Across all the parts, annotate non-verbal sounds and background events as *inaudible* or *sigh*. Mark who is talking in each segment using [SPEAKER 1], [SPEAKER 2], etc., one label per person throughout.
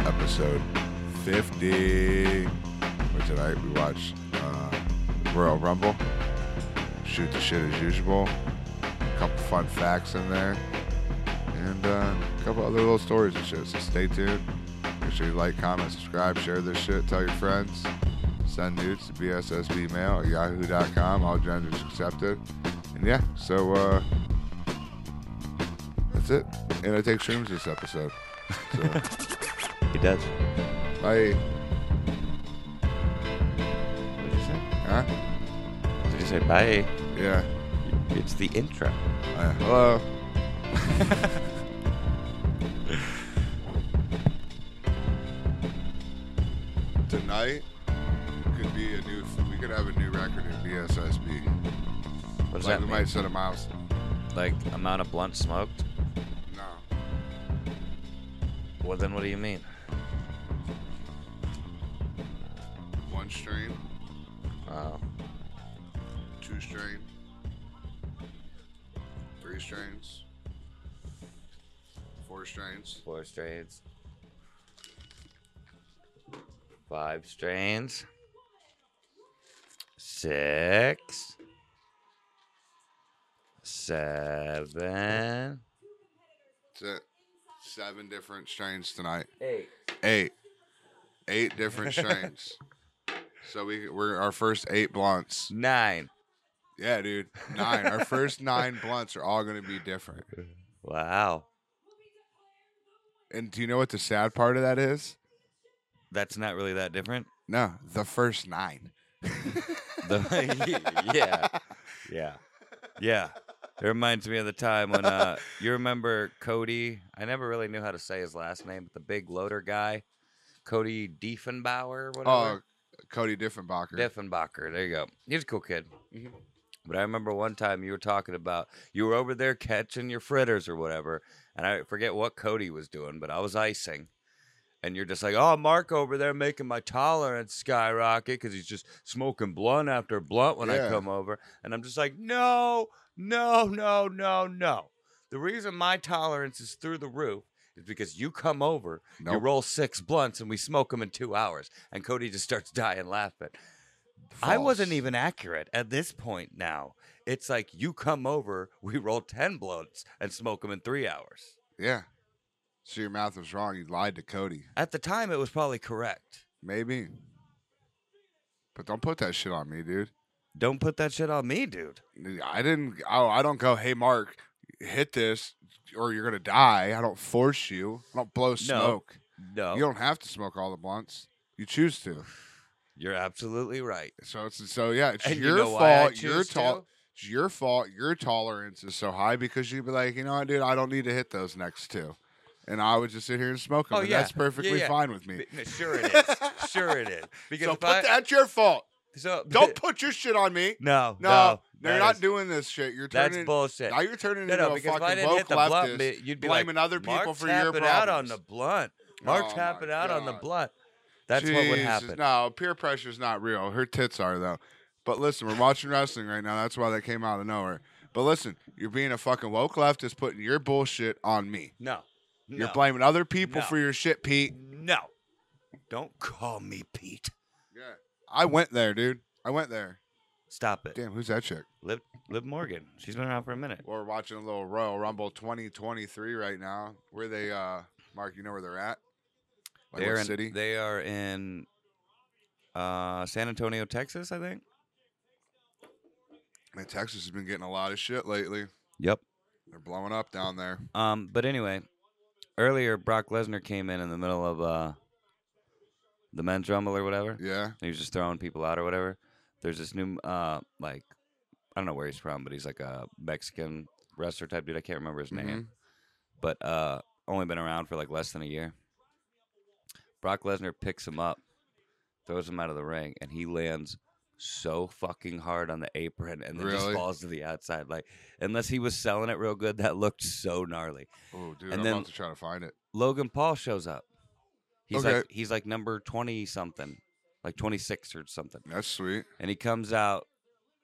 [SPEAKER 1] episode 50. Where tonight we watched uh, Royal Rumble, shoot the shit as usual, a couple fun facts in there, and uh, a couple other little stories and shit. So stay tuned. Make sure you like, comment, subscribe, share this shit, tell your friends. Send nudes to bssbmail at yahoo.com. All genders accepted. And yeah, so uh, that's it. And I take shrooms this episode. So.
[SPEAKER 2] He does.
[SPEAKER 1] Bye.
[SPEAKER 2] What did you say?
[SPEAKER 1] Huh?
[SPEAKER 2] Did you say bye?
[SPEAKER 1] Yeah.
[SPEAKER 2] It's the intro.
[SPEAKER 1] Uh, hello. Tonight could be a new. We could have a new record in BSSB.
[SPEAKER 2] What does
[SPEAKER 1] like
[SPEAKER 2] that
[SPEAKER 1] we
[SPEAKER 2] mean?
[SPEAKER 1] might set a mouse.
[SPEAKER 2] Like amount of blunt smoked?
[SPEAKER 1] No.
[SPEAKER 2] Well, then what do you mean?
[SPEAKER 1] One strain,
[SPEAKER 2] Oh,
[SPEAKER 1] two strain, three strains, four strains.
[SPEAKER 2] four strains. Five strains. Six.
[SPEAKER 1] That's
[SPEAKER 2] Seven.
[SPEAKER 1] it. Seven different strains tonight.
[SPEAKER 2] Eight.
[SPEAKER 1] eight, eight different
[SPEAKER 2] *laughs*
[SPEAKER 1] strains. so we we're our first eight blunts.
[SPEAKER 2] Nine.
[SPEAKER 1] Yeah, dude, nine. our first nine blunts are all going to be different.
[SPEAKER 2] Wow.
[SPEAKER 1] And do you know what the sad part of that is?
[SPEAKER 2] That's not really that different.
[SPEAKER 1] No, the first nine.
[SPEAKER 2] The- *laughs* yeah, yeah, yeah. It reminds me of the time when uh, you remember Cody. I never really knew how to say his last name, but the big loader guy, Cody Diefenbauer,
[SPEAKER 1] Oh,
[SPEAKER 2] whatever.
[SPEAKER 1] Cody Diffenbacher.
[SPEAKER 2] Diefenbacher. There you go. He's a cool kid.
[SPEAKER 1] Mhm.
[SPEAKER 2] But I remember one time you were talking about you were over there catching your fritters or whatever, and I forget what Cody was doing, but I was icing. And you're just like, oh, Mark over there making my tolerance skyrocket because he's just smoking blunt after blunt when I
[SPEAKER 1] Yeah.
[SPEAKER 2] come over. And I'm just like, no, no, no, no, no. The reason my tolerance is through the roof is because you come over, you
[SPEAKER 1] Nope.
[SPEAKER 2] roll six blunts, and we smoke them in two hours. And Cody just starts *laughs* dying laughing. I wasn't
[SPEAKER 1] False.
[SPEAKER 2] even accurate at this point now. It's like you come over, we roll 10 blunts and smoke them in three hours.
[SPEAKER 1] Yeah. So your mouth was wrong. You lied to Cody.
[SPEAKER 2] At the time, it was probably correct.
[SPEAKER 1] Maybe. But don't put that shit on me, dude.
[SPEAKER 2] Don't put that shit on me, dude.
[SPEAKER 1] I didn't. Oh, I don't go. Hey, Mark, hit this, or you're gonna die. I don't force you. I don't blow smoke.
[SPEAKER 2] No,
[SPEAKER 1] You don't have to smoke all the blunts. You choose to.
[SPEAKER 2] you're absolutely right.
[SPEAKER 1] So it's so yeah. It's
[SPEAKER 2] And you
[SPEAKER 1] your
[SPEAKER 2] know
[SPEAKER 1] fault.
[SPEAKER 2] why I
[SPEAKER 1] your
[SPEAKER 2] choose to?
[SPEAKER 1] It's your fault. Your tolerance is so high because you'd be like, you know what, dude, I don't need to hit those next two, and I would just sit here and smoke them.
[SPEAKER 2] Oh,
[SPEAKER 1] and
[SPEAKER 2] yeah.
[SPEAKER 1] that's
[SPEAKER 2] Yeah,
[SPEAKER 1] perfectly
[SPEAKER 2] yeah.
[SPEAKER 1] fine with me.
[SPEAKER 2] B- Sure it is. sure it is.
[SPEAKER 1] *laughs*
[SPEAKER 2] Because
[SPEAKER 1] So
[SPEAKER 2] if
[SPEAKER 1] put
[SPEAKER 2] I,
[SPEAKER 1] that's your
[SPEAKER 2] *laughs*
[SPEAKER 1] fault.
[SPEAKER 2] so
[SPEAKER 1] Don't put your shit on me.
[SPEAKER 2] no,
[SPEAKER 1] No,
[SPEAKER 2] no,
[SPEAKER 1] no you're
[SPEAKER 2] that
[SPEAKER 1] not
[SPEAKER 2] is-
[SPEAKER 1] doing this shit. You're
[SPEAKER 2] That's
[SPEAKER 1] turning.
[SPEAKER 2] *laughs* bullshit.
[SPEAKER 1] Now you're turning
[SPEAKER 2] No,
[SPEAKER 1] into
[SPEAKER 2] no,
[SPEAKER 1] a
[SPEAKER 2] because if
[SPEAKER 1] fucking
[SPEAKER 2] I didn't
[SPEAKER 1] woke
[SPEAKER 2] hit the
[SPEAKER 1] leftist.
[SPEAKER 2] blunt, bit, you'd be
[SPEAKER 1] blaming
[SPEAKER 2] like,
[SPEAKER 1] other people
[SPEAKER 2] Mark's
[SPEAKER 1] for your
[SPEAKER 2] tapping out on
[SPEAKER 1] problems."
[SPEAKER 2] the blunt. Mark's
[SPEAKER 1] Oh, my
[SPEAKER 2] tapping out on the
[SPEAKER 1] God.
[SPEAKER 2] blunt. That's what would
[SPEAKER 1] Jesus,
[SPEAKER 2] happen.
[SPEAKER 1] No, peer pressure's not real. Her tits are though. But listen, we're watching wrestling right now. That's why that came out of nowhere. But listen, you're being a fucking woke leftist, putting your bullshit on me.
[SPEAKER 2] No,
[SPEAKER 1] You're
[SPEAKER 2] no.
[SPEAKER 1] blaming other people
[SPEAKER 2] No.
[SPEAKER 1] for your shit, Pete.
[SPEAKER 2] No. Don't call me Pete.
[SPEAKER 1] Yeah. I went there, dude. I went there.
[SPEAKER 2] Stop it.
[SPEAKER 1] Damn, who's that chick?
[SPEAKER 2] Liv, Liv Morgan. She's been around for a minute.
[SPEAKER 1] Well, we're watching a little Royal Rumble 2023 right now. Where they, uh Mark? You know where they're at? Like
[SPEAKER 2] They're
[SPEAKER 1] what
[SPEAKER 2] in,
[SPEAKER 1] city?
[SPEAKER 2] They are in uh, San Antonio, Texas, I think.
[SPEAKER 1] Man, Texas has been getting a lot of shit lately.
[SPEAKER 2] Yep.
[SPEAKER 1] They're blowing up down there.
[SPEAKER 2] Um, but anyway, earlier Brock Lesnar came in in the middle of uh, the men's rumble or whatever. *laughs*
[SPEAKER 1] Yeah.
[SPEAKER 2] He was just throwing people out or whatever. There's this new uh, like I don't know where he's from, but he's like a Mexican wrestler type dude. I can't remember his name.
[SPEAKER 1] Mhm.
[SPEAKER 2] but uh, only been around for like less than a year. Brock Lesnar picks him up, throws him out of the ring, and he lands so fucking hard on the apron and then just
[SPEAKER 1] Really?
[SPEAKER 2] falls to the outside. Like, unless he was selling it real good, that looked so gnarly.
[SPEAKER 1] Oh, dude,
[SPEAKER 2] And
[SPEAKER 1] I'm
[SPEAKER 2] then-
[SPEAKER 1] about to try to find it.
[SPEAKER 2] Logan Paul shows up. He's
[SPEAKER 1] Okay.
[SPEAKER 2] like he's like number twenty something, like twenty six or something,
[SPEAKER 1] That's sweet.
[SPEAKER 2] and he comes out.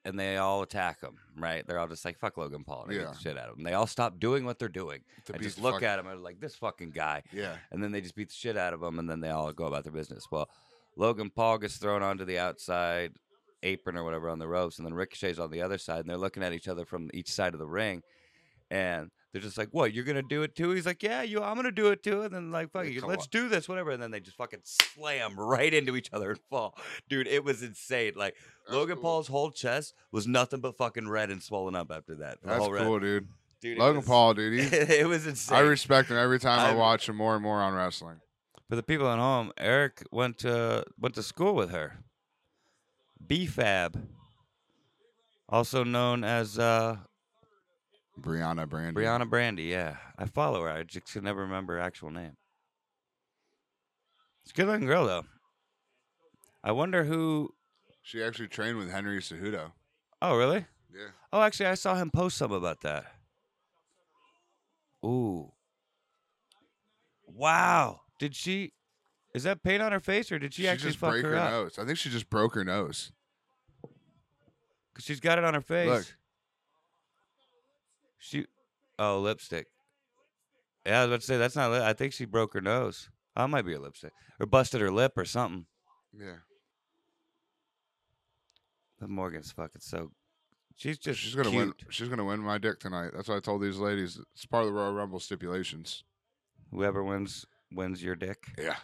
[SPEAKER 2] and they all attack him, right? They're all just like, fuck Logan Paul. And they
[SPEAKER 1] Yeah.
[SPEAKER 2] beat the shit out of him. They all stop doing what they're doing
[SPEAKER 1] To
[SPEAKER 2] and
[SPEAKER 1] beat
[SPEAKER 2] just
[SPEAKER 1] the
[SPEAKER 2] look
[SPEAKER 1] fuck-
[SPEAKER 2] at him and are like, this fucking guy.
[SPEAKER 1] Yeah.
[SPEAKER 2] And then they just beat the shit out of him and then they all go about their business. Well, Logan Paul gets thrown onto the outside apron or whatever on the ropes and then Ricochet's on the other side and they're looking at each other from each side of the ring. And they're just like, what, you're going to do it too? He's like, yeah, you, I'm going to do it too. And then, like, fuck
[SPEAKER 1] They
[SPEAKER 2] you,
[SPEAKER 1] come
[SPEAKER 2] let's
[SPEAKER 1] up.
[SPEAKER 2] do this, whatever. And then they just fucking slam right into each other and fall. Dude, it was insane. Like,
[SPEAKER 1] That's
[SPEAKER 2] Logan
[SPEAKER 1] cool.
[SPEAKER 2] Paul's whole chest was nothing but fucking red and swollen up after that. The
[SPEAKER 1] That's
[SPEAKER 2] whole red.
[SPEAKER 1] cool, dude.
[SPEAKER 2] Dude, it
[SPEAKER 1] Logan
[SPEAKER 2] was- *laughs*
[SPEAKER 1] Paul, dude. He,
[SPEAKER 2] it was insane.
[SPEAKER 1] I respect him every time i
[SPEAKER 2] I'm-
[SPEAKER 1] watch him more and more on wrestling.
[SPEAKER 2] For the people at home, Eric went to went to school with her. BFAB, also known as uh,
[SPEAKER 1] Brianna Brandy.
[SPEAKER 2] Brianna Brandy. Yeah, I follow her. I just can never remember her actual name. It's a good-looking girl, though. I wonder who.
[SPEAKER 1] She actually trained with Henry Cejudo.
[SPEAKER 2] Oh, really?
[SPEAKER 1] Yeah.
[SPEAKER 2] Oh, actually, I saw him post some about that. Ooh. Wow. Did she? Is that paint on her face, or did she,
[SPEAKER 1] She,
[SPEAKER 2] actually
[SPEAKER 1] just
[SPEAKER 2] fuck
[SPEAKER 1] break
[SPEAKER 2] her,
[SPEAKER 1] her,
[SPEAKER 2] up?
[SPEAKER 1] nose. I think she just broke her nose.
[SPEAKER 2] Because she's got it on her face.
[SPEAKER 1] Look.
[SPEAKER 2] She. Oh, lipstick. Yeah, I was about to say that's not. Lip. I think she broke her nose. Oh, it might be a lipstick, or busted her lip, or something.
[SPEAKER 1] Yeah.
[SPEAKER 2] But Morgan's fucking so. She's just.
[SPEAKER 1] she's gonna win.
[SPEAKER 2] cute.
[SPEAKER 1] She's gonna win my dick tonight. That's what I told these ladies. It's part of the Royal Rumble stipulations.
[SPEAKER 2] Whoever wins wins your dick.
[SPEAKER 1] Yeah.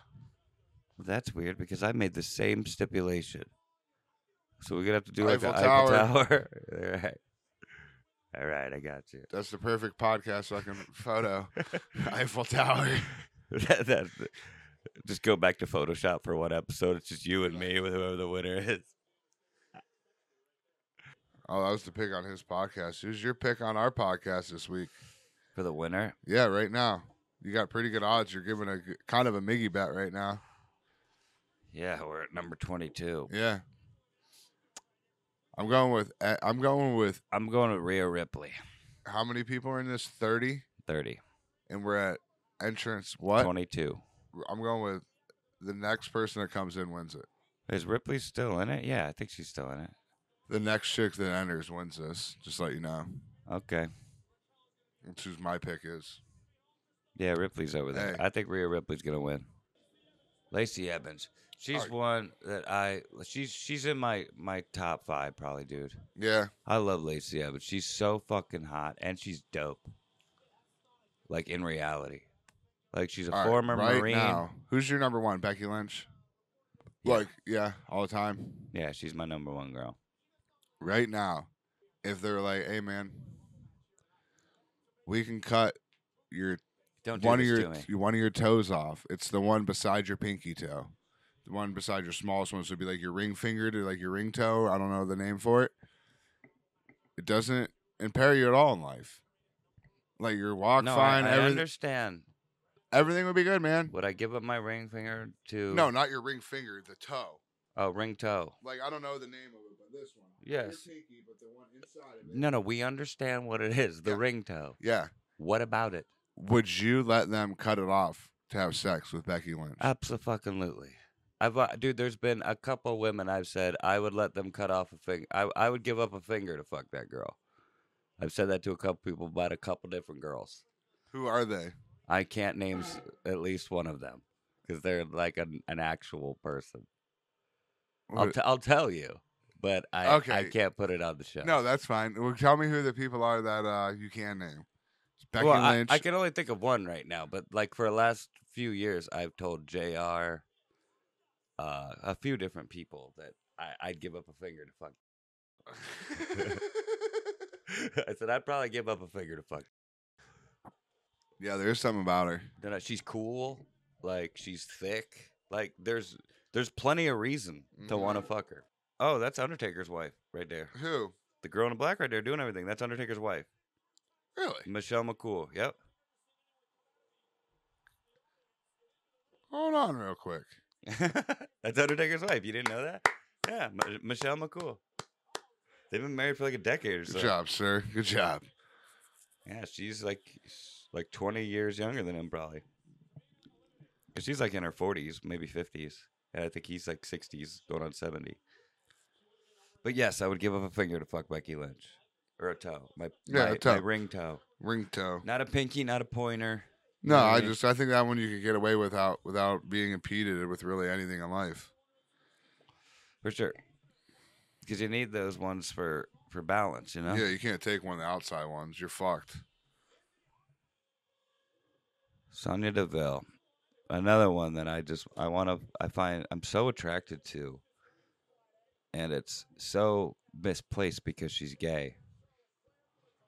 [SPEAKER 2] That's weird because I made the same stipulation. So we're gonna have to do like the
[SPEAKER 1] Eiffel
[SPEAKER 2] Eiffel Tower. *laughs* All right. All right, I got you.
[SPEAKER 1] That's the perfect podcast fucking photo. *laughs* Eiffel Tower.
[SPEAKER 2] *laughs* that, that, just go back to Photoshop for one episode. It's just you and me with whoever the winner is.
[SPEAKER 1] Oh, that was the pick on his podcast. Who's your pick on our podcast this week?
[SPEAKER 2] For the winner?
[SPEAKER 1] Yeah, right now. You got pretty good odds. You're giving a g- kind of a miggy bet right now.
[SPEAKER 2] Yeah, we're at number twenty-two.
[SPEAKER 1] Yeah. I'm going with eh, I'm going with
[SPEAKER 2] I'm going with Rhea Ripley.
[SPEAKER 1] how many people are in this? 30
[SPEAKER 2] 30.
[SPEAKER 1] and we're at entrance what?
[SPEAKER 2] Twenty-two.
[SPEAKER 1] I'm going with the next person that comes in wins it.
[SPEAKER 2] Is Ripley still in it? Yeah, I think she's still in it.
[SPEAKER 1] The next chick that enters wins this. Just let you know.
[SPEAKER 2] Okay.
[SPEAKER 1] That's who's my pick is.
[SPEAKER 2] Yeah, Ripley's over
[SPEAKER 1] Hey.
[SPEAKER 2] there. I think Rhea Ripley's gonna win. Lacey Evans. She's
[SPEAKER 1] Alright.
[SPEAKER 2] one that I she's she's in my my top five probably, dude.
[SPEAKER 1] Yeah.
[SPEAKER 2] I love Lacey Evans. She's so fucking hot and she's dope. Like in reality. Like she's a
[SPEAKER 1] All right,
[SPEAKER 2] former
[SPEAKER 1] right
[SPEAKER 2] Marine.
[SPEAKER 1] now, who's your number one? Becky Lynch.
[SPEAKER 2] Yeah.
[SPEAKER 1] Like, yeah, all the time.
[SPEAKER 2] Yeah, she's my number one girl.
[SPEAKER 1] Right now, if they're like, "Hey, man, we can cut your
[SPEAKER 2] Don't do
[SPEAKER 1] one of
[SPEAKER 2] this
[SPEAKER 1] your
[SPEAKER 2] to me.
[SPEAKER 1] one of your toes off. It's the one beside your pinky toe. The one beside your smallest one. So it'd be like your ring finger to like your ring toe. I don't know the name for it. It doesn't impair you at all in life. Like your walk
[SPEAKER 2] no,
[SPEAKER 1] fine,
[SPEAKER 2] I, I
[SPEAKER 1] everything,
[SPEAKER 2] understand.
[SPEAKER 1] everything would be good, man.
[SPEAKER 2] Would I give up my ring finger to
[SPEAKER 1] No, not your ring finger, the toe.
[SPEAKER 2] Oh, ring toe.
[SPEAKER 1] Like I don't know the name of it, but this one.
[SPEAKER 2] Yes.
[SPEAKER 1] Your pinky, but the one inside of it.
[SPEAKER 2] No, no, we understand what it is. The
[SPEAKER 1] Yeah.
[SPEAKER 2] ring toe.
[SPEAKER 1] Yeah.
[SPEAKER 2] What about it?
[SPEAKER 1] Would you let them cut it off to have sex with Becky Lynch?
[SPEAKER 2] Uh, Absolutely. I've uh, dude, there's been a couple women I've said I would let them cut off a finger. I I would give up a finger to fuck that girl. I've said that to a couple people about a couple different girls.
[SPEAKER 1] Who are they?
[SPEAKER 2] I can't name s- at least one of them because they're like an, an actual person. I'll,
[SPEAKER 1] What-
[SPEAKER 2] t- I'll tell you, but I I
[SPEAKER 1] Okay.
[SPEAKER 2] can't put it on the show.
[SPEAKER 1] no, that's fine. Well, tell me who the people are that uh, you can name. It's Becky
[SPEAKER 2] Well, I,
[SPEAKER 1] Lynch.
[SPEAKER 2] I can *laughs* only think of one right now, but like for the last few years, I've told Jr. Uh, a few different people that I, I'd give up a finger to fuck. *laughs* I said I'd probably give up a finger to fuck.
[SPEAKER 1] *laughs* yeah, there's something about her.
[SPEAKER 2] Then I- she's cool, like she's thick, like there's there's plenty of reason to want to fuck her. Oh, that's Undertaker's wife right there.
[SPEAKER 1] Who?
[SPEAKER 2] The girl in black right there doing everything. That's Undertaker's wife,
[SPEAKER 1] Really?
[SPEAKER 2] Michelle McCool. Yep. *laughs*
[SPEAKER 1] Hold on, real quick.
[SPEAKER 2] That's Undertaker's wife. You didn't know that? Yeah, M- Michelle McCool. They've been married for like a decade or
[SPEAKER 1] Good
[SPEAKER 2] so.
[SPEAKER 1] job, sir. Good job.
[SPEAKER 2] Yeah, she's like s- like 20 years younger than him probably. 'Cause she's like in her 40s, maybe 50s, and I think he's like 60s, going on 70. But yes, I would give up a finger to fuck Becky Lynch or a toe. My
[SPEAKER 1] Yeah,
[SPEAKER 2] my,
[SPEAKER 1] a toe.
[SPEAKER 2] my ring toe.
[SPEAKER 1] Ring toe.
[SPEAKER 2] Not a pinky, not a pointer.
[SPEAKER 1] No,
[SPEAKER 2] Yeah,
[SPEAKER 1] I
[SPEAKER 2] yeah.
[SPEAKER 1] just I think that one you could get away without without being impeded with really anything in life.
[SPEAKER 2] For sure. Because you need those ones for for balance, you know.
[SPEAKER 1] Yeah, you can't take one of the outside ones. You're fucked.
[SPEAKER 2] Sonia Deville, another one that I just I want to I find I'm so attracted to, and it's so misplaced because she's gay.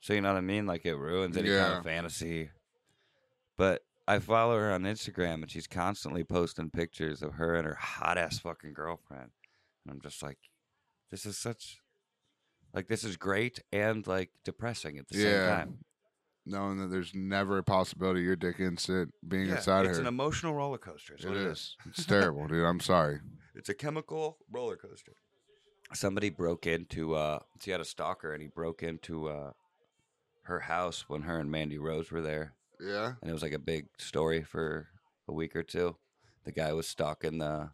[SPEAKER 2] So you know what I mean? Like it ruins any kind
[SPEAKER 1] Yeah.
[SPEAKER 2] of fantasy. But I follow her on Instagram, and she's constantly posting pictures of her and her hot ass fucking girlfriend, and I'm just like, this is such, like this is great and like depressing at the
[SPEAKER 1] Yeah.
[SPEAKER 2] same time.
[SPEAKER 1] Knowing that there's never a possibility your dick instant being inside
[SPEAKER 2] it's
[SPEAKER 1] her.
[SPEAKER 2] an emotional roller coaster. Is
[SPEAKER 1] it
[SPEAKER 2] what
[SPEAKER 1] is. It's terrible, dude. I'm sorry.
[SPEAKER 2] It's a chemical roller coaster. Somebody broke into uh she had a stalker and he broke into uh her house when her and Mandy Rose were there
[SPEAKER 1] Yeah.
[SPEAKER 2] and it was like a big story for a week or two. The guy was stalking the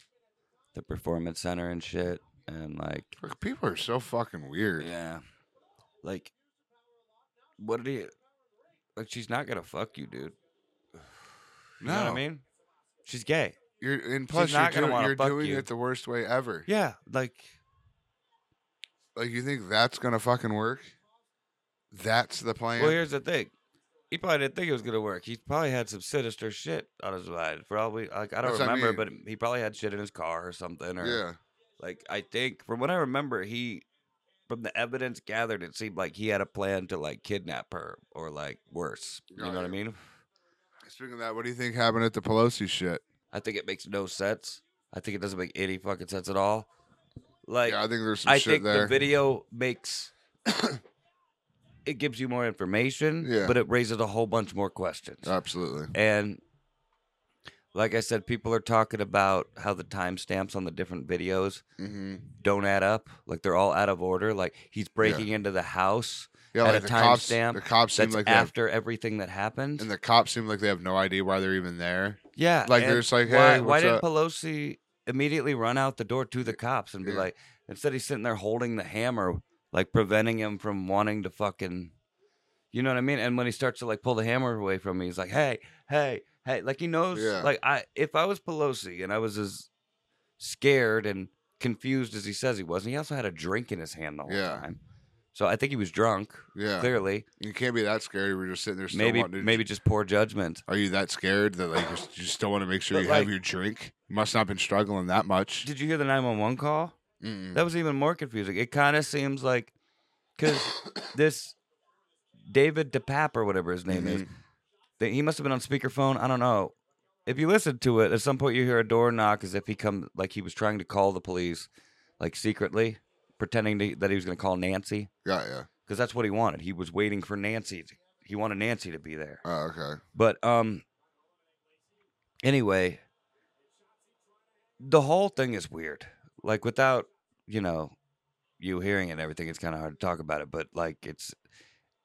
[SPEAKER 2] the performance center and shit and like
[SPEAKER 1] Look, people are so fucking weird.
[SPEAKER 2] yeah. Like what did he like she's not gonna fuck you, dude. *sighs* You know what I
[SPEAKER 1] No.
[SPEAKER 2] mean? She's gay.
[SPEAKER 1] You're and plus you're,
[SPEAKER 2] not gonna
[SPEAKER 1] do-
[SPEAKER 2] wanna
[SPEAKER 1] you're
[SPEAKER 2] fuck
[SPEAKER 1] doing
[SPEAKER 2] you.
[SPEAKER 1] it the worst way ever.
[SPEAKER 2] Yeah, like
[SPEAKER 1] Like you think that's gonna fucking work? That's the plan.
[SPEAKER 2] Well, here's the thing. He probably didn't think it was gonna work. He probably had some sinister shit on his mind. Probably, like I don't
[SPEAKER 1] That's what I
[SPEAKER 2] remember, but he probably had shit in his car or something. Or
[SPEAKER 1] yeah.
[SPEAKER 2] like I think, from what I remember, he, from the evidence gathered, it seemed like he had a plan to like kidnap her or like worse. You
[SPEAKER 1] Got
[SPEAKER 2] know what I
[SPEAKER 1] you.
[SPEAKER 2] mean?
[SPEAKER 1] Speaking of that, what do you think happened at the Pelosi shit?
[SPEAKER 2] I think it makes no sense. I think it doesn't make any fucking sense at all. Like
[SPEAKER 1] yeah, I think there's some
[SPEAKER 2] I
[SPEAKER 1] shit
[SPEAKER 2] think
[SPEAKER 1] there.
[SPEAKER 2] the video makes. *coughs* It gives you more information,
[SPEAKER 1] Yeah.
[SPEAKER 2] but it raises a whole bunch more questions.
[SPEAKER 1] Absolutely.
[SPEAKER 2] And like I said, people are talking about how the timestamps on the different videos
[SPEAKER 1] hmm
[SPEAKER 2] don't add up. Like they're all out of order. Like he's breaking into the house
[SPEAKER 1] Yeah,
[SPEAKER 2] at
[SPEAKER 1] like
[SPEAKER 2] a
[SPEAKER 1] the cops.
[SPEAKER 2] timestamp
[SPEAKER 1] The cops seem
[SPEAKER 2] that's
[SPEAKER 1] like they have,
[SPEAKER 2] after everything that happened.
[SPEAKER 1] and the cops seem like they have no idea why they're even there.
[SPEAKER 2] yeah.
[SPEAKER 1] like,
[SPEAKER 2] Uh, and
[SPEAKER 1] they're just like,
[SPEAKER 2] why,
[SPEAKER 1] "Hey,
[SPEAKER 2] why
[SPEAKER 1] what's
[SPEAKER 2] didn't
[SPEAKER 1] up?"
[SPEAKER 2] Pelosi immediately run out the door to the cops and be
[SPEAKER 1] Yeah.
[SPEAKER 2] like, instead he's sitting there holding the hammer, like preventing him from wanting to fucking. You know what I mean? And when he starts to like pull the hammer away from me, he's like, "Hey, hey, hey!" Like he knows.
[SPEAKER 1] Yeah.
[SPEAKER 2] Like I, if I was Pelosi and I was as scared and confused as he says he was, and he also had a drink in his hand the whole
[SPEAKER 1] Yeah.
[SPEAKER 2] time, so I think he was drunk.
[SPEAKER 1] Yeah,
[SPEAKER 2] Clearly,
[SPEAKER 1] you can't be that scared. We're just sitting there. Still
[SPEAKER 2] maybe
[SPEAKER 1] wanting to-
[SPEAKER 2] maybe just poor judgment.
[SPEAKER 1] Are you that scared that like you s- you still want to make sure
[SPEAKER 2] But,
[SPEAKER 1] you
[SPEAKER 2] like-
[SPEAKER 1] have your drink? You must not have been struggling that much. Mm.
[SPEAKER 2] Did you hear the nine one one call?
[SPEAKER 1] Mm-mm.
[SPEAKER 2] That was even more confusing. It kind of seems like because this David DePap or whatever his name is,
[SPEAKER 1] Mhm.
[SPEAKER 2] that he must have been on speakerphone. I don't know. If you listen to it, at some point you hear a door knock as if he come like he was trying to call the police, like secretly, pretending to, that he was going to call Nancy
[SPEAKER 1] *coughs* Yeah, yeah.
[SPEAKER 2] because that's what he wanted. He was waiting for Nancy. to- he wanted Nancy to be there.
[SPEAKER 1] Oh, okay.
[SPEAKER 2] But um anyway, the whole thing is weird. Like without, you know, you hearing it and everything, it's kind of hard to talk about it, but like it's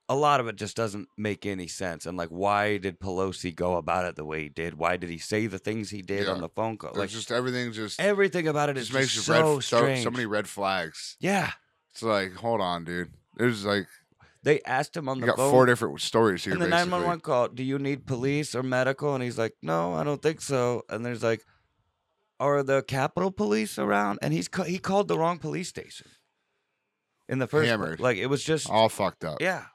[SPEAKER 2] a lot of it just doesn't make any sense. And like why did Pelosi go about it the way he did? Why did he say the things he did
[SPEAKER 1] Yeah.
[SPEAKER 2] on the phone call?
[SPEAKER 1] There's
[SPEAKER 2] Like
[SPEAKER 1] just everything just
[SPEAKER 2] everything about it is
[SPEAKER 1] just
[SPEAKER 2] just
[SPEAKER 1] makes you
[SPEAKER 2] so
[SPEAKER 1] red, so,
[SPEAKER 2] strange.
[SPEAKER 1] so many red flags.
[SPEAKER 2] yeah.
[SPEAKER 1] It's like, hold on, dude. There's like
[SPEAKER 2] They asked him on
[SPEAKER 1] you
[SPEAKER 2] the
[SPEAKER 1] got
[SPEAKER 2] phone.
[SPEAKER 1] four different stories here.
[SPEAKER 2] And the
[SPEAKER 1] basically.
[SPEAKER 2] 911 call, do you need police or medical? And he's like, no, I don't think so. And there's like, are the Capitol Police around? And he's ca- he called the wrong police station. In the first,
[SPEAKER 1] Hammered.
[SPEAKER 2] like it was just
[SPEAKER 1] all fucked up.
[SPEAKER 2] yeah.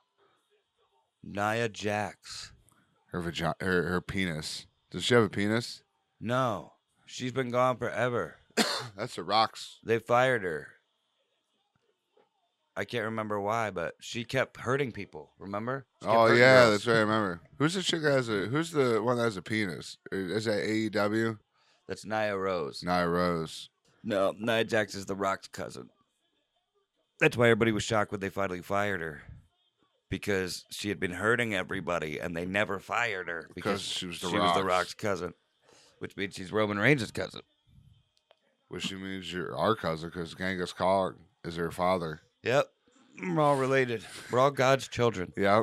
[SPEAKER 2] Nia Jax,
[SPEAKER 1] Her vagina, her, her penis. Does she have a penis?
[SPEAKER 2] no, she's been gone forever.
[SPEAKER 1] That's the rocks.
[SPEAKER 2] They fired her. I can't remember why, but she kept hurting people. Remember? She kept
[SPEAKER 1] Oh
[SPEAKER 2] hurting
[SPEAKER 1] yeah,
[SPEAKER 2] girls.
[SPEAKER 1] that's right. I remember. Who's the chick that has a? Who's the one that has a penis? Is that AEW?
[SPEAKER 2] That's Nia Rose.
[SPEAKER 1] Nia Rose.
[SPEAKER 2] No, Nia Jax is The Rock's cousin. That's why everybody was shocked when they finally fired her. Because she had been hurting everybody and they never fired her
[SPEAKER 1] Because she was The
[SPEAKER 2] she was The Rock's
[SPEAKER 1] Rock's.
[SPEAKER 2] cousin, which means she's Roman Reigns' cousin.
[SPEAKER 1] Which she means you're our cousin because Genghis Khan is her father.
[SPEAKER 2] Yep.
[SPEAKER 1] Mm,
[SPEAKER 2] We're all related. We're all God's children.
[SPEAKER 1] Yep.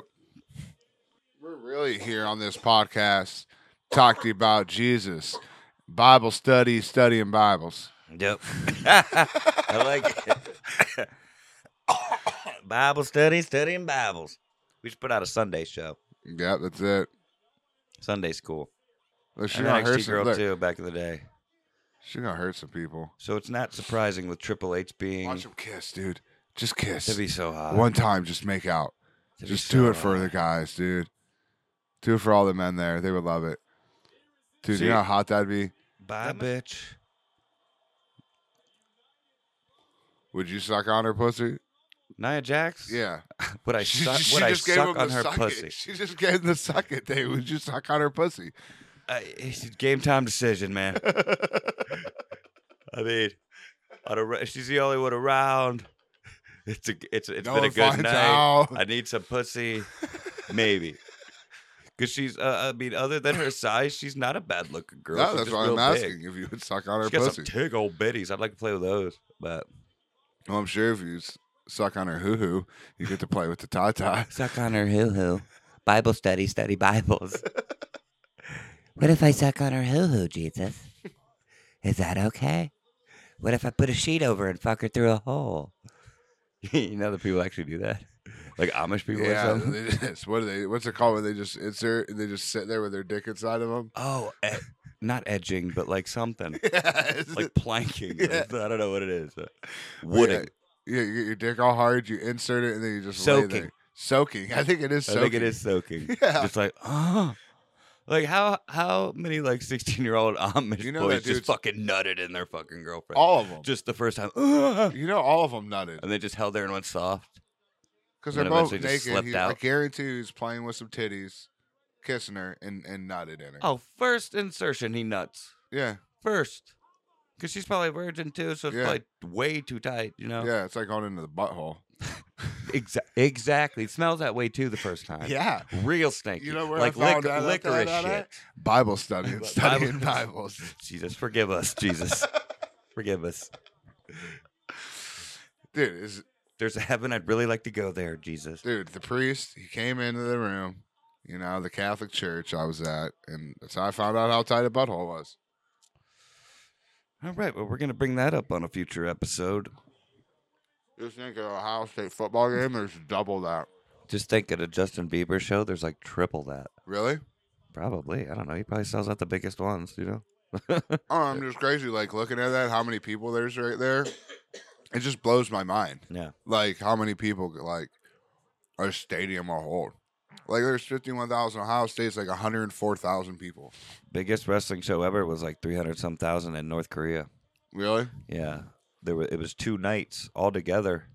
[SPEAKER 1] We're really here on this podcast talking about Jesus, *laughs* Bible study, studying Bibles.
[SPEAKER 2] Yep. I like it. *coughs* Bible study, studying Bibles. We should put out a Sunday show,
[SPEAKER 1] Yeah, that's it.
[SPEAKER 2] Sunday school.
[SPEAKER 1] Look, she
[SPEAKER 2] And
[SPEAKER 1] gonna hurt
[SPEAKER 2] NXT
[SPEAKER 1] some.
[SPEAKER 2] girl
[SPEAKER 1] look,
[SPEAKER 2] too back in the day.
[SPEAKER 1] she gonna hurt some people.
[SPEAKER 2] So it's not surprising with Triple H being
[SPEAKER 1] Watch them kiss, dude. Just
[SPEAKER 2] to
[SPEAKER 1] kiss.
[SPEAKER 2] be so hot.
[SPEAKER 1] One time, just make out.
[SPEAKER 2] To be
[SPEAKER 1] Just
[SPEAKER 2] so
[SPEAKER 1] do it for
[SPEAKER 2] hot.
[SPEAKER 1] the guys, dude. Do it for all the men there. They would love it. Dude,
[SPEAKER 2] See-
[SPEAKER 1] you know how hot that'd be?
[SPEAKER 2] Bye, bitch.
[SPEAKER 1] Would you suck on her pussy?
[SPEAKER 2] Nia Jax.
[SPEAKER 1] Yeah.
[SPEAKER 2] Would I
[SPEAKER 1] She-
[SPEAKER 2] suck?
[SPEAKER 1] she
[SPEAKER 2] Would I
[SPEAKER 1] just gave
[SPEAKER 2] suck
[SPEAKER 1] him
[SPEAKER 2] on
[SPEAKER 1] the
[SPEAKER 2] her
[SPEAKER 1] suck it.
[SPEAKER 2] pussy?
[SPEAKER 1] She just gave him the suck it. They would you suck on her pussy.
[SPEAKER 2] I, it's a game time decision, man. I mean, on a, ra- she's the only one around. It's a, it's a, it's
[SPEAKER 1] no
[SPEAKER 2] been a
[SPEAKER 1] one
[SPEAKER 2] good
[SPEAKER 1] finds
[SPEAKER 2] night.
[SPEAKER 1] out.
[SPEAKER 2] I need some pussy,
[SPEAKER 1] *laughs*
[SPEAKER 2] maybe. Because she's, uh, I mean, other than her size, she's not a bad looking girl.
[SPEAKER 1] no,
[SPEAKER 2] She's
[SPEAKER 1] that's
[SPEAKER 2] just
[SPEAKER 1] why
[SPEAKER 2] real
[SPEAKER 1] I'm
[SPEAKER 2] big.
[SPEAKER 1] asking if you would suck on her
[SPEAKER 2] She's got
[SPEAKER 1] pussy.
[SPEAKER 2] some big old bitties. I'd like to play with those, but
[SPEAKER 1] well, I'm sure if you s- suck on her hoo hoo, you get to play with the ta *laughs* ta.
[SPEAKER 2] suck on her hoo hoo. Bible study, study *laughs* Bibles. what if I suck on her hoo hoo, Jesus? Is that okay? What if I put a sheet over and fuck her through a hole? *laughs* you know that people actually do that, like Amish people
[SPEAKER 1] *laughs*
[SPEAKER 2] or
[SPEAKER 1] Yeah,
[SPEAKER 2] something.
[SPEAKER 1] they just- what are they? What's it called? Where they just insert and they just sit there with their dick inside of them?
[SPEAKER 2] Oh, ed- not edging, but like something.
[SPEAKER 1] *laughs* Yes.
[SPEAKER 2] like planking.
[SPEAKER 1] Yeah. uh,
[SPEAKER 2] I don't know what it is.
[SPEAKER 1] Well, yeah,
[SPEAKER 2] Wooden.
[SPEAKER 1] Yeah, you get your dick all hard, you insert it, and then you just lay
[SPEAKER 2] Soaking.
[SPEAKER 1] there. Soaking. *laughs* I think it is soaking.
[SPEAKER 2] I think it is soaking.
[SPEAKER 1] *laughs* Yeah.
[SPEAKER 2] Just like, oh. Like how how many like sixteen year old Amish
[SPEAKER 1] You know
[SPEAKER 2] boys
[SPEAKER 1] that
[SPEAKER 2] just
[SPEAKER 1] dude's-
[SPEAKER 2] fucking nutted in their fucking girlfriend?
[SPEAKER 1] All of them.
[SPEAKER 2] just the
[SPEAKER 1] *laughs*
[SPEAKER 2] first time, "Ugh,"
[SPEAKER 1] you know, all of them nutted.
[SPEAKER 2] and they just held there and went soft.
[SPEAKER 1] Because
[SPEAKER 2] And
[SPEAKER 1] they're
[SPEAKER 2] then
[SPEAKER 1] both
[SPEAKER 2] eventually just
[SPEAKER 1] naked.
[SPEAKER 2] slipped
[SPEAKER 1] He, I
[SPEAKER 2] out.
[SPEAKER 1] guarantee you he's playing with some titties, kissing her, and, and nodded in her.
[SPEAKER 2] Oh, first insertion, he nuts
[SPEAKER 1] Yeah,
[SPEAKER 2] first, because she's probably a virgin too, so it's
[SPEAKER 1] Yeah.
[SPEAKER 2] probably way too tight. You know,
[SPEAKER 1] yeah. It's like going into the butthole.
[SPEAKER 2] Exa- exactly. It smells that way too the first time.
[SPEAKER 1] Yeah.
[SPEAKER 2] real stinky.
[SPEAKER 1] You know where
[SPEAKER 2] like
[SPEAKER 1] I found
[SPEAKER 2] lic-
[SPEAKER 1] that, that,
[SPEAKER 2] licorice
[SPEAKER 1] that,
[SPEAKER 2] shit.
[SPEAKER 1] that? *laughs* Bible study and
[SPEAKER 2] *laughs* Bible-
[SPEAKER 1] studying *laughs*
[SPEAKER 2] Bible-
[SPEAKER 1] Bibles.
[SPEAKER 2] Jesus, forgive
[SPEAKER 1] *laughs*
[SPEAKER 2] us. Jesus, forgive us.
[SPEAKER 1] Dude, is
[SPEAKER 2] There's a heaven. I'd really like to go there, Jesus.
[SPEAKER 1] dude, the priest, he came into the room, you know, the Catholic church I was at, and that's how I found out how tight a butthole was.
[SPEAKER 2] All right, well, we're gonna bring that up on a future episode.
[SPEAKER 1] Just think of Ohio State football game, there's double that.
[SPEAKER 2] Just think at a Justin Bieber show, there's like triple that.
[SPEAKER 1] Really?
[SPEAKER 2] Probably. I don't know. He probably sells out the biggest ones, you know?
[SPEAKER 1] Oh, I'm just crazy. Like looking at that, how many people there's right there. It just blows my mind.
[SPEAKER 2] yeah.
[SPEAKER 1] Like how many people like a stadium will hold. Like there's 51,000. Ohio State's like 104,000 people.
[SPEAKER 2] Biggest wrestling show ever was like 300 some thousand in North Korea.
[SPEAKER 1] Really?
[SPEAKER 2] Yeah. There were, it was two nights all together.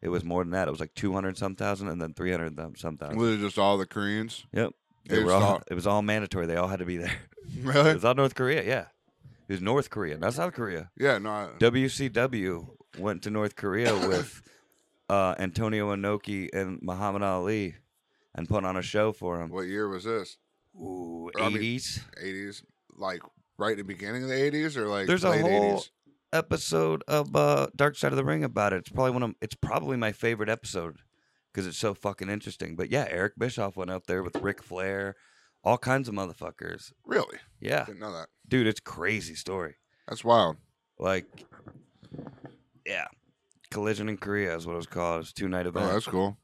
[SPEAKER 2] It was more than that. It was like 200 some thousand and then 300 thum- some thousand.
[SPEAKER 1] Was it just all the
[SPEAKER 2] *laughs*
[SPEAKER 1] Koreans?
[SPEAKER 2] Yep.
[SPEAKER 1] They
[SPEAKER 2] They were
[SPEAKER 1] just
[SPEAKER 2] all,
[SPEAKER 1] all-
[SPEAKER 2] it was all mandatory. They all had to be there. It
[SPEAKER 1] Really?
[SPEAKER 2] was all North Korea, yeah. It was North Korea, not South Korea.
[SPEAKER 1] Yeah. No. I-
[SPEAKER 2] WCW went to North Korea with uh, Antonio Inoki and Muhammad Ali and put on a show for him.
[SPEAKER 1] What year was this?
[SPEAKER 2] Ooh,
[SPEAKER 1] I mean-
[SPEAKER 2] 80s.
[SPEAKER 1] 80s? Like right in the beginning of the 80s or like
[SPEAKER 2] There's a
[SPEAKER 1] late
[SPEAKER 2] whole
[SPEAKER 1] 80s?
[SPEAKER 2] episode of uh, Dark Side of the Ring about it. It's probably one of it's probably my favorite episode because it's so fucking interesting. But yeah, Eric Bischoff went out there with Ric Flair, all kinds of motherfuckers.
[SPEAKER 1] Really?
[SPEAKER 2] Yeah,
[SPEAKER 1] Didn't know that.
[SPEAKER 2] dude, it's crazy story.
[SPEAKER 1] That's wild.
[SPEAKER 2] Like, yeah, Collision in Korea is what it was called. It's two night
[SPEAKER 1] Oh,
[SPEAKER 2] event.
[SPEAKER 1] that's cool.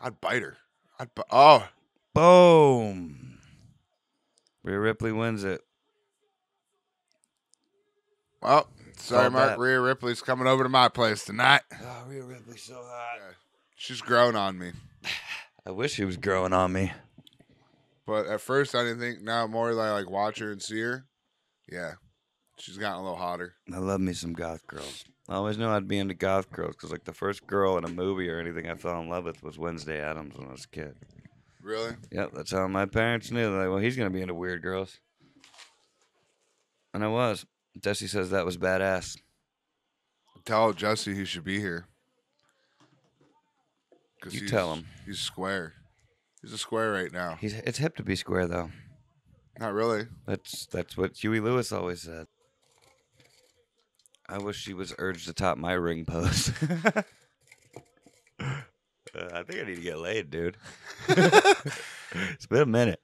[SPEAKER 1] I'd bite her. I'd. Bu- oh,
[SPEAKER 2] Boom. Rhea Ripley wins it.
[SPEAKER 1] well. Sorry,
[SPEAKER 2] Called
[SPEAKER 1] Mark.
[SPEAKER 2] that.
[SPEAKER 1] Rhea Ripley's coming over to my place tonight.
[SPEAKER 2] Oh, Rhea Ripley's so hot.
[SPEAKER 1] She's grown on me.
[SPEAKER 2] I wish she was growing on me.
[SPEAKER 1] But at first, I didn't think. Now more that I like watch her and see her, yeah, she's gotten a little hotter.
[SPEAKER 2] I love me some goth girls. I always knew I'd be into goth girls because, like, the first girl in a movie or anything I fell in love with was Wednesday Adams when I was a kid.
[SPEAKER 1] Really?
[SPEAKER 2] Yep, that's how my parents knew. They're like, well, he's going to be into weird girls. And I was. Dusty says that was badass.
[SPEAKER 1] Tell Jesse he should be here. 'Cause
[SPEAKER 2] You
[SPEAKER 1] he's-
[SPEAKER 2] tell him.
[SPEAKER 1] He's square. He's a square right now.
[SPEAKER 2] He's, it's hip to be square, though.
[SPEAKER 1] Not really.
[SPEAKER 2] That's that's what Huey Lewis always said. I wish she was urged to top my ring *laughs* post. Uh, I think I need to get laid, dude. *laughs* it's been a minute.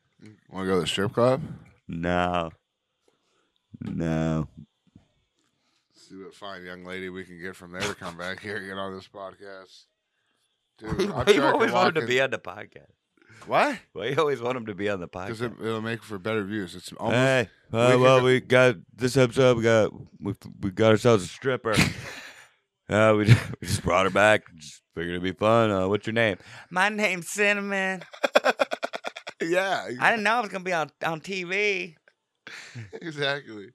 [SPEAKER 1] Want to go to the strip club?
[SPEAKER 2] No. No.
[SPEAKER 1] See what fine young lady we can get from there to come back here and get on this podcast. dude.
[SPEAKER 2] *laughs*
[SPEAKER 1] I'm
[SPEAKER 2] Why you
[SPEAKER 1] sure I could
[SPEAKER 2] always want
[SPEAKER 1] walk
[SPEAKER 2] him to be
[SPEAKER 1] in-
[SPEAKER 2] on the podcast?
[SPEAKER 1] What?
[SPEAKER 2] Why you always want him to be on the
[SPEAKER 1] Because
[SPEAKER 2] podcast?
[SPEAKER 1] it, will make for better views. It's almost.
[SPEAKER 2] hey,
[SPEAKER 1] we
[SPEAKER 2] uh,
[SPEAKER 1] could
[SPEAKER 2] well,
[SPEAKER 1] go-
[SPEAKER 2] we got this episode. We got we we got ourselves a *laughs* stripper. uh, we just, we just brought her back. Just figured it'd be fun. Uh, what's your name? My name's Cinnamon.
[SPEAKER 1] Yeah,
[SPEAKER 2] I didn't know I was gonna be on on TV.
[SPEAKER 1] *laughs* exactly.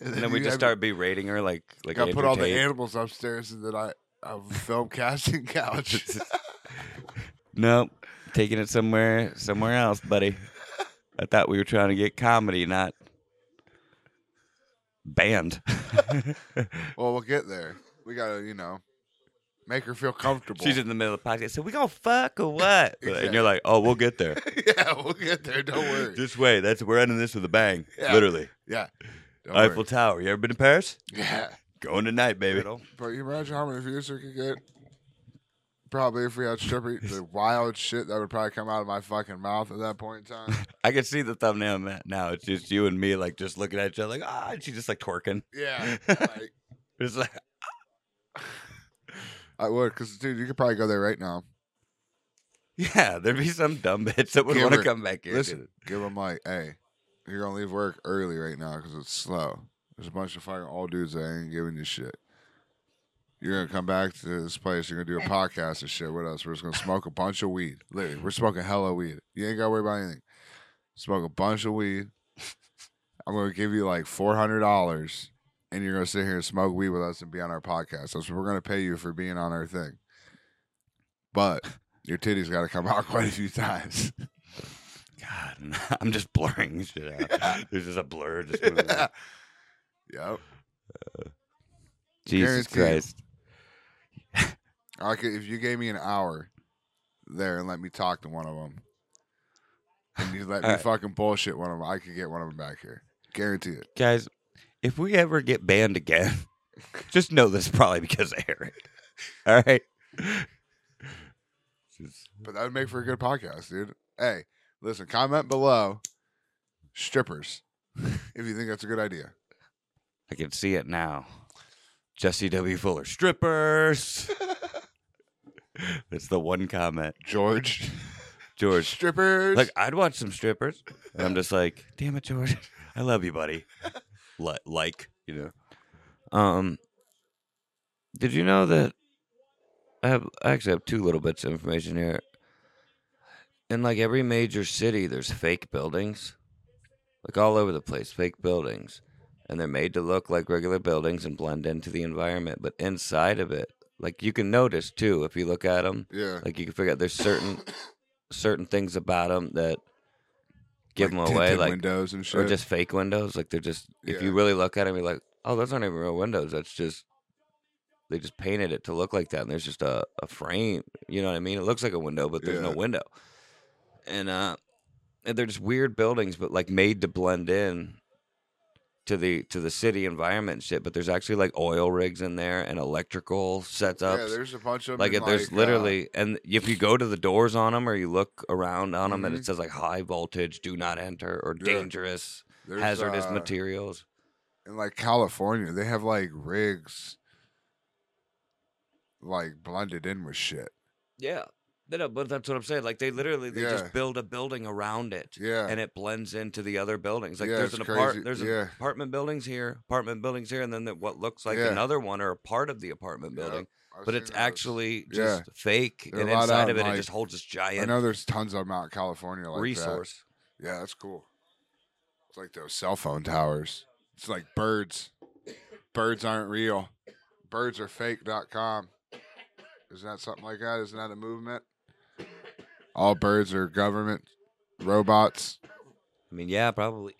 [SPEAKER 2] And then we
[SPEAKER 1] you
[SPEAKER 2] just
[SPEAKER 1] have-
[SPEAKER 2] start berating her like like
[SPEAKER 1] Like I put all the
[SPEAKER 2] Andrew
[SPEAKER 1] animals upstairs, and then I, I film casting *laughs*
[SPEAKER 2] Tate. *laughs*
[SPEAKER 1] couch.
[SPEAKER 2] nope, taking it somewhere somewhere else, *laughs* buddy. I thought we were trying to get comedy, not *laughs* banned.
[SPEAKER 1] well, we'll get there. We gotta, you know, make her feel comfortable.
[SPEAKER 2] She's in the middle of the podcast. So we gonna fuck or what?
[SPEAKER 1] *laughs*
[SPEAKER 2] And
[SPEAKER 1] Exactly.
[SPEAKER 2] you're like, oh, we'll get there.
[SPEAKER 1] *laughs* yeah, we'll get there. Don't worry.
[SPEAKER 2] *laughs* Just wait. That's we're ending this with a bang.
[SPEAKER 1] Yeah.
[SPEAKER 2] Literally.
[SPEAKER 1] yeah, don't worry.
[SPEAKER 2] Eiffel Tower. You ever been to Paris?
[SPEAKER 1] Yeah,
[SPEAKER 2] Going tonight, baby.
[SPEAKER 1] but you imagine how many views we could get. Probably if we had stripper,
[SPEAKER 2] *laughs*
[SPEAKER 1] the wild shit that would probably come out of my fucking mouth at that point in
[SPEAKER 2] *laughs*
[SPEAKER 1] time.
[SPEAKER 2] I can see the thumbnail ma- now. It's just you and me, like just looking at each other, like ah. And she's just like twerking.
[SPEAKER 1] Yeah, like,
[SPEAKER 2] It's like *laughs*
[SPEAKER 1] I would, cause dude, you could probably go there right now.
[SPEAKER 2] yeah, there'd be some dumb bitch that would
[SPEAKER 1] Give
[SPEAKER 2] want to
[SPEAKER 1] her-
[SPEAKER 2] come back here. and do
[SPEAKER 1] Listen, give them like, hey, you're gonna leave work early right now because it's slow. There's a bunch of fucking old dudes that ain't giving you shit. You're gonna come back to this place. You're gonna do a podcast and shit with us. We're just gonna smoke a bunch of weed. Literally, we're smoking hella weed. You ain't gotta worry about anything. Smoke a bunch of weed. I'm gonna give you like four hundred dollars, and you're gonna sit here and smoke weed with us and be on our podcast. That's what we're gonna pay you for being on our thing. But your titties gotta come out *laughs* quite a few times.
[SPEAKER 2] it. God, *laughs* I'm just blurring shit
[SPEAKER 1] *laughs*
[SPEAKER 2] out. There's just a blur. Just moving.
[SPEAKER 1] yep.
[SPEAKER 2] Jesus
[SPEAKER 1] Guaranteed.
[SPEAKER 2] Christ.
[SPEAKER 1] I could, if you gave me an hour there and let me talk to one of them, and you let me
[SPEAKER 2] Alright.
[SPEAKER 1] fucking bullshit one of them, I could get one of them back here. Guarantee it.
[SPEAKER 2] guys, if we ever get banned again, *laughs* just know this is probably because of Eric. *laughs* All
[SPEAKER 1] *laughs*
[SPEAKER 2] right. Just-
[SPEAKER 1] But that would make for a good podcast, dude. Hey, listen, comment below strippers *laughs* if you think that's a good idea.
[SPEAKER 2] I can see it now. Jesse W. Fuller, strippers. That's the one comment,
[SPEAKER 1] George.
[SPEAKER 2] George.
[SPEAKER 1] Strippers.
[SPEAKER 2] Like I'd watch some strippers, and I'm just like, *laughs* damn it, George, I love you, *laughs* buddy. Li- like you know. Um. Did you know that I have I actually have two little bits of information here. In like every major city, there's fake buildings, like all over the place, fake buildings, and they're made to look like regular buildings and blend into the environment. But inside of it, like you can notice too if you look at them,
[SPEAKER 1] yeah.
[SPEAKER 2] like you can figure out there's certain certain things about them that give
[SPEAKER 1] Like
[SPEAKER 2] them away,
[SPEAKER 1] tinted
[SPEAKER 2] like
[SPEAKER 1] windows and shit.
[SPEAKER 2] or just fake windows. Like they're just if you
[SPEAKER 1] Yeah.
[SPEAKER 2] really look at them, you're like, oh, those aren't even real windows. That's just they just painted it to look like that, and there's just a a frame. You know what I mean? It looks like a window, but there's no
[SPEAKER 1] Yeah.
[SPEAKER 2] window. And uh, and they're just weird buildings, but like made to blend in. To the to the city environment and shit, but there's actually like oil rigs in there and electrical
[SPEAKER 1] yeah,
[SPEAKER 2] setups
[SPEAKER 1] there's a bunch of 'em
[SPEAKER 2] like
[SPEAKER 1] in,
[SPEAKER 2] if there's
[SPEAKER 1] uh,
[SPEAKER 2] literally and if you go to the doors on them or you look around on them and it
[SPEAKER 1] Mhm.
[SPEAKER 2] says like high voltage do not enter or
[SPEAKER 1] Yeah.
[SPEAKER 2] dangerous
[SPEAKER 1] there's,
[SPEAKER 2] hazardous
[SPEAKER 1] uh,
[SPEAKER 2] materials
[SPEAKER 1] in like California, they have like rigs like blended in with shit.
[SPEAKER 2] yeah no, no, but that's what i'm saying like they literally they
[SPEAKER 1] Yeah.
[SPEAKER 2] just build a building around it
[SPEAKER 1] Yeah.
[SPEAKER 2] and it blends into the other buildings like
[SPEAKER 1] Yeah,
[SPEAKER 2] there's
[SPEAKER 1] it's
[SPEAKER 2] an apart
[SPEAKER 1] crazy.
[SPEAKER 2] there's
[SPEAKER 1] Yeah.
[SPEAKER 2] an apartment buildings here apartment buildings here and then the, what looks like
[SPEAKER 1] Yeah.
[SPEAKER 2] another one or a part of the apartment
[SPEAKER 1] Yeah,
[SPEAKER 2] building
[SPEAKER 1] I've
[SPEAKER 2] but
[SPEAKER 1] seen
[SPEAKER 2] it's
[SPEAKER 1] those.
[SPEAKER 2] actually
[SPEAKER 1] Yeah.
[SPEAKER 2] just fake
[SPEAKER 1] They're
[SPEAKER 2] and
[SPEAKER 1] a lot
[SPEAKER 2] inside
[SPEAKER 1] out
[SPEAKER 2] of it
[SPEAKER 1] in,
[SPEAKER 2] it
[SPEAKER 1] like-
[SPEAKER 2] just holds this
[SPEAKER 1] I
[SPEAKER 2] giant
[SPEAKER 1] know there's tons of them out in California like
[SPEAKER 2] resource
[SPEAKER 1] that. Yeah, that's cool. It's like those cell phone towers. It's like birds. Birds aren't real. Birds are fake.com. Isn't that something like that? Isn't that a movement? All birds are government robots.
[SPEAKER 2] i mean yeah probably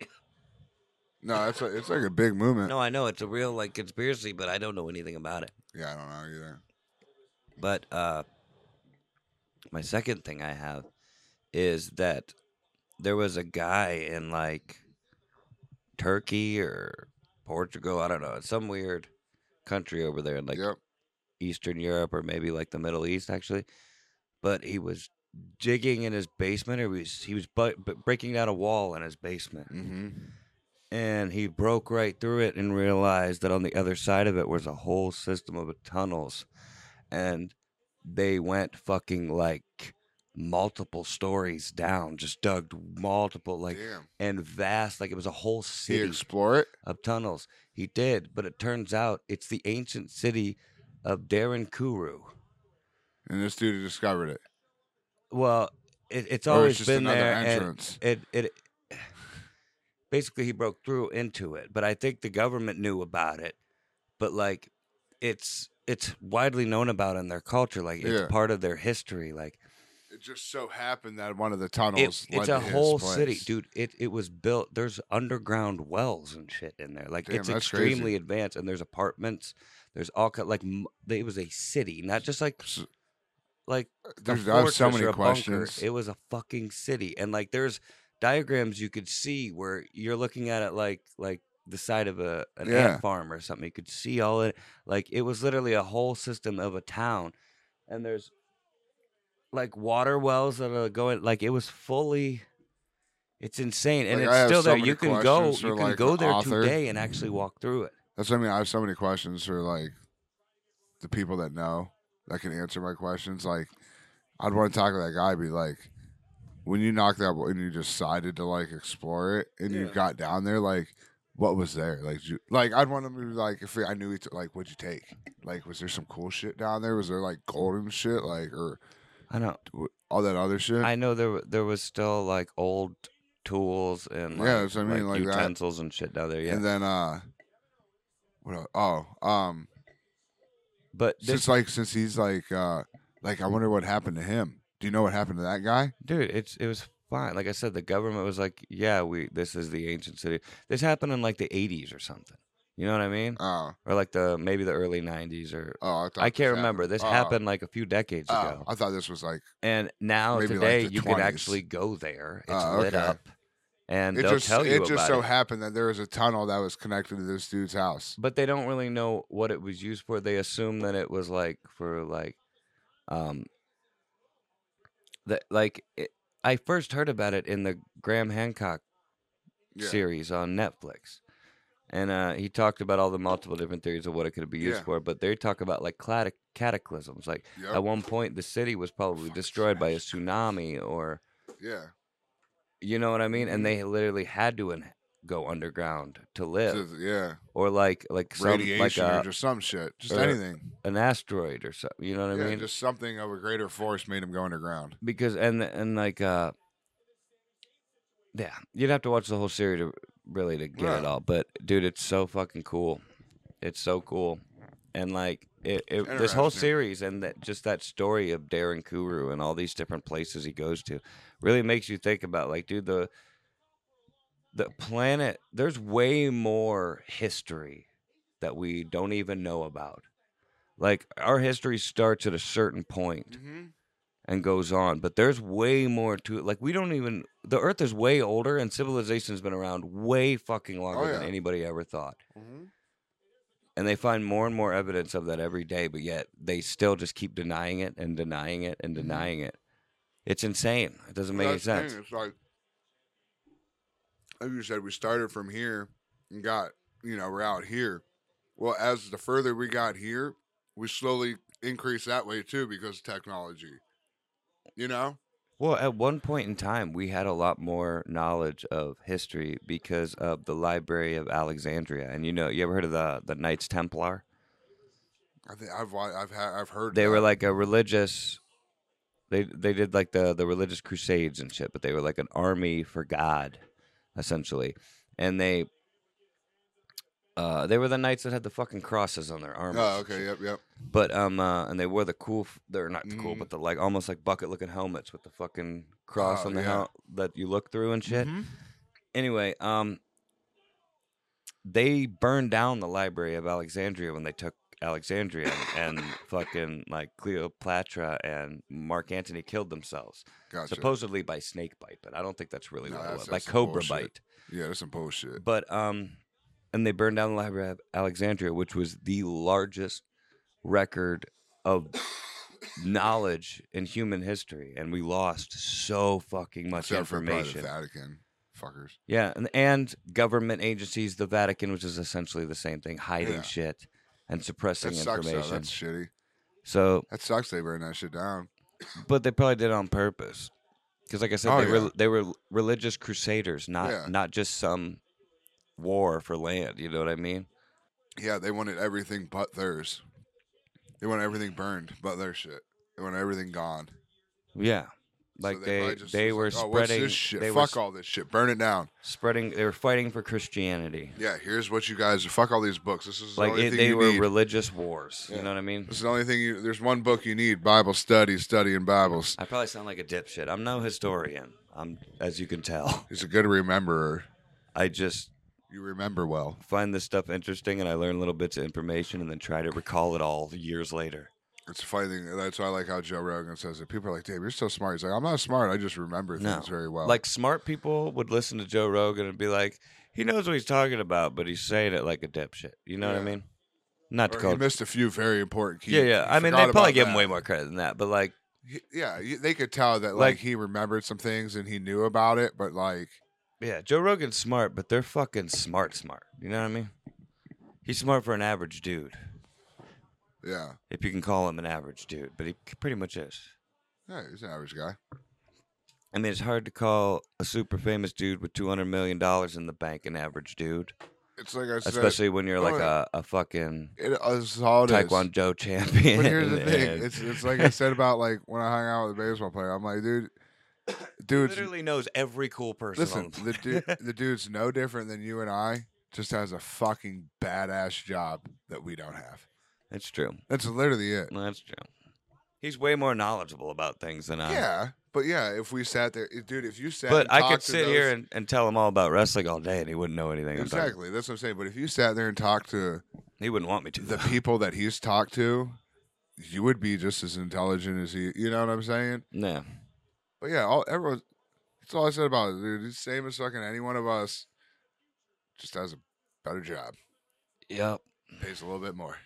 [SPEAKER 1] No, that's a, it's like a big movement.
[SPEAKER 2] *laughs* No, I know it's a real like conspiracy, but I don't know anything about it.
[SPEAKER 1] Yeah, I don't know either.
[SPEAKER 2] But uh my second thing I have is that there was a guy in like Turkey or Portugal, I don't know, some weird country over there in like
[SPEAKER 1] yep.
[SPEAKER 2] Eastern Europe or maybe like the Middle East actually. But he was digging in his basement or he was, he was bu- bu- breaking down a wall in his basement.
[SPEAKER 1] Mm-hmm.
[SPEAKER 2] and he broke right through it and realized that on the other side of it was a whole system of tunnels and they went fucking like multiple stories down, just dug multiple like
[SPEAKER 1] Damn.
[SPEAKER 2] and vast, like it was a whole
[SPEAKER 1] Did you
[SPEAKER 2] city
[SPEAKER 1] explore it?
[SPEAKER 2] of tunnels. He did, but it turns out it's the ancient city of Darren Kuru.
[SPEAKER 1] And this dude discovered it.
[SPEAKER 2] Well, it, it's
[SPEAKER 1] or
[SPEAKER 2] always
[SPEAKER 1] it's just
[SPEAKER 2] been
[SPEAKER 1] another
[SPEAKER 2] there. and-
[SPEAKER 1] entrance.
[SPEAKER 2] it it basically he broke through into it but i think the government knew about it but like it's it's widely known about in their culture like it's
[SPEAKER 1] Yeah.
[SPEAKER 2] part of their history like
[SPEAKER 1] It just so happened that one of the
[SPEAKER 2] it-
[SPEAKER 1] tunnels. led
[SPEAKER 2] it's
[SPEAKER 1] to
[SPEAKER 2] a
[SPEAKER 1] his
[SPEAKER 2] whole
[SPEAKER 1] place.
[SPEAKER 2] city dude it it was built there's underground wells and shit in there like
[SPEAKER 1] Damn,
[SPEAKER 2] it's
[SPEAKER 1] that's crazy.
[SPEAKER 2] extremely advanced and there's apartments there's all kind like m- it was a city not just like
[SPEAKER 1] S-
[SPEAKER 2] like a
[SPEAKER 1] Dude, I have so
[SPEAKER 2] fortress or
[SPEAKER 1] many
[SPEAKER 2] a bunker.
[SPEAKER 1] questions.
[SPEAKER 2] It was a fucking city, and like there's diagrams you could see where you're looking at it like like the side of a an
[SPEAKER 1] Yeah.
[SPEAKER 2] ant farm or something. You could see all it. Like it was literally a whole system of a town, and there's like water wells that are going. Like it was fully. It's insane, and
[SPEAKER 1] Like, I
[SPEAKER 2] it's
[SPEAKER 1] have
[SPEAKER 2] still
[SPEAKER 1] so
[SPEAKER 2] there.
[SPEAKER 1] many
[SPEAKER 2] You can go.
[SPEAKER 1] questions for,
[SPEAKER 2] You can
[SPEAKER 1] like,
[SPEAKER 2] go
[SPEAKER 1] the
[SPEAKER 2] there
[SPEAKER 1] author.
[SPEAKER 2] today and actually walk through it.
[SPEAKER 1] That's what I mean. I have so many questions for like the people that know that can answer my questions. Like, I'd want to talk to that guy. Be like, when you knocked that and you decided to like explore it, and you
[SPEAKER 2] Yeah.
[SPEAKER 1] got down there, like, what was there? Like, did you, like I'd want to be like, if I knew, he took like, what'd you take? Like, was there some cool shit down there? Was there like golden shit, like, or
[SPEAKER 2] I know.
[SPEAKER 1] all that other shit?
[SPEAKER 2] I know there wa- there was still like old tools and like,
[SPEAKER 1] Yeah, that's what I mean, like that.
[SPEAKER 2] utensils and shit down there. Yeah,
[SPEAKER 1] And then, uh, what? el- Oh, um,
[SPEAKER 2] but
[SPEAKER 1] since
[SPEAKER 2] this
[SPEAKER 1] like since he's like uh like I wonder what happened to him. Do you know what happened to that guy?
[SPEAKER 2] dude, it's it was fine. Like I said, the government was like, "Yeah, we this is the ancient city." This happened in like the '80s or something. You know what I mean?
[SPEAKER 1] Oh,
[SPEAKER 2] Or like the maybe the early '90s or.
[SPEAKER 1] oh, I, thought
[SPEAKER 2] Mm-hmm. I
[SPEAKER 1] this
[SPEAKER 2] can't remember. This
[SPEAKER 1] happened- Uh,
[SPEAKER 2] happened like a few decades
[SPEAKER 1] Oh, oh,
[SPEAKER 2] ago,
[SPEAKER 1] I thought this was like
[SPEAKER 2] and now
[SPEAKER 1] maybe like
[SPEAKER 2] today
[SPEAKER 1] the
[SPEAKER 2] you can
[SPEAKER 1] 20s.
[SPEAKER 2] actually go there. It's
[SPEAKER 1] Oh,
[SPEAKER 2] lit
[SPEAKER 1] okay.
[SPEAKER 2] up, and
[SPEAKER 1] it
[SPEAKER 2] they'll
[SPEAKER 1] just
[SPEAKER 2] tell you
[SPEAKER 1] it
[SPEAKER 2] about
[SPEAKER 1] just so
[SPEAKER 2] it.
[SPEAKER 1] happened that there was a tunnel that was connected to this dude's house.
[SPEAKER 2] but they don't really know what it was used for. They assume that it was like for like, um, that like it, I first heard about it in the Graham Hancock
[SPEAKER 1] Yeah.
[SPEAKER 2] series on Netflix, and uh, he talked about all the multiple different theories of what it could be used
[SPEAKER 1] Yeah.
[SPEAKER 2] for. But they talk about like cladic cataclysms. Like
[SPEAKER 1] Yep.
[SPEAKER 2] at one point, the city was probably
[SPEAKER 1] Fuck,
[SPEAKER 2] destroyed by a
[SPEAKER 1] smash.
[SPEAKER 2] tsunami or
[SPEAKER 1] yeah.
[SPEAKER 2] you know what I mean.
[SPEAKER 1] Mhm.
[SPEAKER 2] And they literally had to in- go underground to live,
[SPEAKER 1] So, yeah.
[SPEAKER 2] or like like uh, some like
[SPEAKER 1] Radiation
[SPEAKER 2] a,
[SPEAKER 1] or just some shit. Just
[SPEAKER 2] or-
[SPEAKER 1] anything.
[SPEAKER 2] an asteroid or something. You know what I
[SPEAKER 1] yeah,
[SPEAKER 2] mean?
[SPEAKER 1] just something of a greater force made him go underground.
[SPEAKER 2] because and and like uh, yeah, you'd have to watch the whole series to really to get it
[SPEAKER 1] Yeah.
[SPEAKER 2] all. But dude, it's so fucking cool. It's so cool, and like it, it this whole
[SPEAKER 1] Interesting.
[SPEAKER 2] series and that just that story of Darren Kuru and all these different places he goes to really makes you think about like, dude, the the planet. There's way more history that we don't even know about. Like our history starts at a certain point
[SPEAKER 1] Mm-hmm.
[SPEAKER 2] and goes on. But there's way more to it. Like we don't even the Earth is way older and civilization's been around way fucking longer than
[SPEAKER 1] Oh, yeah.
[SPEAKER 2] anybody ever thought.
[SPEAKER 1] Mm-hmm.
[SPEAKER 2] And they find more and more evidence of that every day, but yet they still just keep denying it and denying it and
[SPEAKER 1] Mhm.
[SPEAKER 2] denying it. It's insane. It doesn't make
[SPEAKER 1] Well,
[SPEAKER 2] any
[SPEAKER 1] that's the thing,
[SPEAKER 2] sense.
[SPEAKER 1] It's like, like you said, we started from here and got, you know, we're out here. Well, as the further we got here, we slowly increase that way too because of technology. You know?
[SPEAKER 2] Well, at one point in time, we had a lot more knowledge of history because of the Library of Alexandria. And you know, you ever heard of the the Knights Templar?
[SPEAKER 1] I think I've wa- I've ha- I've heard
[SPEAKER 2] they were
[SPEAKER 1] that.
[SPEAKER 2] like a religious they they did like the the religious crusades and shit but they were like an army for god essentially and they uh they were the knights that had the fucking crosses on their arms
[SPEAKER 1] Oh, okay, yep, yep.
[SPEAKER 2] but um uh and they wore the cool f- they're not the cool
[SPEAKER 1] Mm.
[SPEAKER 2] but the like almost like bucket looking helmets with the fucking cross
[SPEAKER 1] Oh,
[SPEAKER 2] on the
[SPEAKER 1] yeah.
[SPEAKER 2] hel- that you look through and shit
[SPEAKER 1] Mhm.
[SPEAKER 2] anyway, um, they burned down the Library of Alexandria when they took Alexandria,
[SPEAKER 1] *coughs*
[SPEAKER 2] and fucking like Cleopatra and Mark Antony killed themselves,
[SPEAKER 1] Gotcha.
[SPEAKER 2] supposedly by snake bite, but I don't think that's really
[SPEAKER 1] No,
[SPEAKER 2] what it
[SPEAKER 1] that's-
[SPEAKER 2] was,
[SPEAKER 1] that's
[SPEAKER 2] like
[SPEAKER 1] some
[SPEAKER 2] cobra
[SPEAKER 1] bullshit.
[SPEAKER 2] bite.
[SPEAKER 1] yeah, that's some bullshit.
[SPEAKER 2] But um, and they burned down the Library of Alexandria, which was the largest record
[SPEAKER 1] *coughs*
[SPEAKER 2] of knowledge in human history, and we lost so fucking much
[SPEAKER 1] Except for probably the
[SPEAKER 2] information.
[SPEAKER 1] Vatican fuckers.
[SPEAKER 2] Yeah, and, and government agencies, the Vatican, which is essentially the same thing, hiding
[SPEAKER 1] Yeah.
[SPEAKER 2] shit and suppressing
[SPEAKER 1] That sucks. Though.
[SPEAKER 2] information.
[SPEAKER 1] That's shitty.
[SPEAKER 2] So,
[SPEAKER 1] That sucks they burn that shit down.
[SPEAKER 2] but they probably did it on purpose, because like I said,
[SPEAKER 1] Oh,
[SPEAKER 2] they
[SPEAKER 1] yeah.
[SPEAKER 2] were they were religious crusaders, not
[SPEAKER 1] Yeah.
[SPEAKER 2] not just some war for land. You know what I mean?
[SPEAKER 1] Yeah, they wanted everything but theirs. They wanted everything burned but their shit. They wanted everything gone.
[SPEAKER 2] Yeah.
[SPEAKER 1] So
[SPEAKER 2] Like
[SPEAKER 1] probably
[SPEAKER 2] they
[SPEAKER 1] just
[SPEAKER 2] they
[SPEAKER 1] was
[SPEAKER 2] were
[SPEAKER 1] like, "Oh, what's
[SPEAKER 2] spreading
[SPEAKER 1] this shit?
[SPEAKER 2] they were
[SPEAKER 1] Fuck all this shit. Burn it down.
[SPEAKER 2] spreading they were fighting for Christianity.
[SPEAKER 1] Yeah, here's what you guys. Fuck all these books. This is the
[SPEAKER 2] Like
[SPEAKER 1] only
[SPEAKER 2] it,
[SPEAKER 1] thing
[SPEAKER 2] they
[SPEAKER 1] you
[SPEAKER 2] were
[SPEAKER 1] need.
[SPEAKER 2] religious wars.
[SPEAKER 1] Yeah.
[SPEAKER 2] You know what I mean?
[SPEAKER 1] this is the only thing you. There's one book you need. Bible study, studying Bibles.
[SPEAKER 2] I probably sound like a dipshit. I'm no historian. I'm as you can tell. *laughs*
[SPEAKER 1] He's a good rememberer.
[SPEAKER 2] I just
[SPEAKER 1] You remember well.
[SPEAKER 2] find this stuff interesting and I learn little bits of information and then try to recall it all years later.
[SPEAKER 1] It's a funny thing. That's why I like how Joe Rogan says it. People are like, "Dave, you're so smart." He's like, "I'm not smart. I just remember
[SPEAKER 2] No.
[SPEAKER 1] things very well."
[SPEAKER 2] Like smart people would listen to Joe Rogan and be like, he knows what he's talking about, but he's saying it like a dipshit. You know what I
[SPEAKER 1] Yeah.
[SPEAKER 2] mean? Not to
[SPEAKER 1] Or
[SPEAKER 2] call
[SPEAKER 1] he missed a few very important keys.
[SPEAKER 2] Yeah, yeah. I mean, they probably give him way more credit than that, but like
[SPEAKER 1] Yeah, you- they could tell that like,
[SPEAKER 2] Like-
[SPEAKER 1] he remembered some things and he knew about it, but like,
[SPEAKER 2] Yeah, Joe Rogan's smart, but they're fucking smart, smart. You know what I mean? He's smart for an average dude,
[SPEAKER 1] yeah,
[SPEAKER 2] if you can call him an average dude, but he c- pretty much is.
[SPEAKER 1] yeah, he's an average guy.
[SPEAKER 2] I mean, it's hard to call a super famous dude with $200 million in the bank an average dude,
[SPEAKER 1] It's like I said,
[SPEAKER 2] especially when you're like
[SPEAKER 1] oh,
[SPEAKER 2] a, a fucking
[SPEAKER 1] it, it's all it is.
[SPEAKER 2] Taekwondo *laughs* champion. *laughs*
[SPEAKER 1] But here's the thing:
[SPEAKER 2] and
[SPEAKER 1] it's it's like I said about like when I hung out with a baseball player. I'm like, dude, dude's
[SPEAKER 2] literally knows every cool person.
[SPEAKER 1] listen,
[SPEAKER 2] on the
[SPEAKER 1] the dude, the dude's no different than you and I. Just has a fucking badass job that we don't have.
[SPEAKER 2] That's true.
[SPEAKER 1] That's literally it.
[SPEAKER 2] That's true. He's way more knowledgeable about things than I am.
[SPEAKER 1] Yeah, but yeah, if we sat there, dude, if you sat,
[SPEAKER 2] Uh, But
[SPEAKER 1] and
[SPEAKER 2] I
[SPEAKER 1] talked
[SPEAKER 2] could
[SPEAKER 1] to
[SPEAKER 2] sit
[SPEAKER 1] those-
[SPEAKER 2] here and, and tell him all about wrestling all day and he wouldn't know anything. about it.
[SPEAKER 1] exactly that's what I'm saying. But if you sat there and talked to
[SPEAKER 2] He wouldn't want me to.
[SPEAKER 1] the
[SPEAKER 2] though.
[SPEAKER 1] people that he's talked to, you would be just as intelligent as he. You know what I'm saying?
[SPEAKER 2] No.
[SPEAKER 1] But yeah, all, everyone. That's all I said about it, dude. He's same as fucking any one of us. Just has a better job,
[SPEAKER 2] Yep.
[SPEAKER 1] pays a little bit more.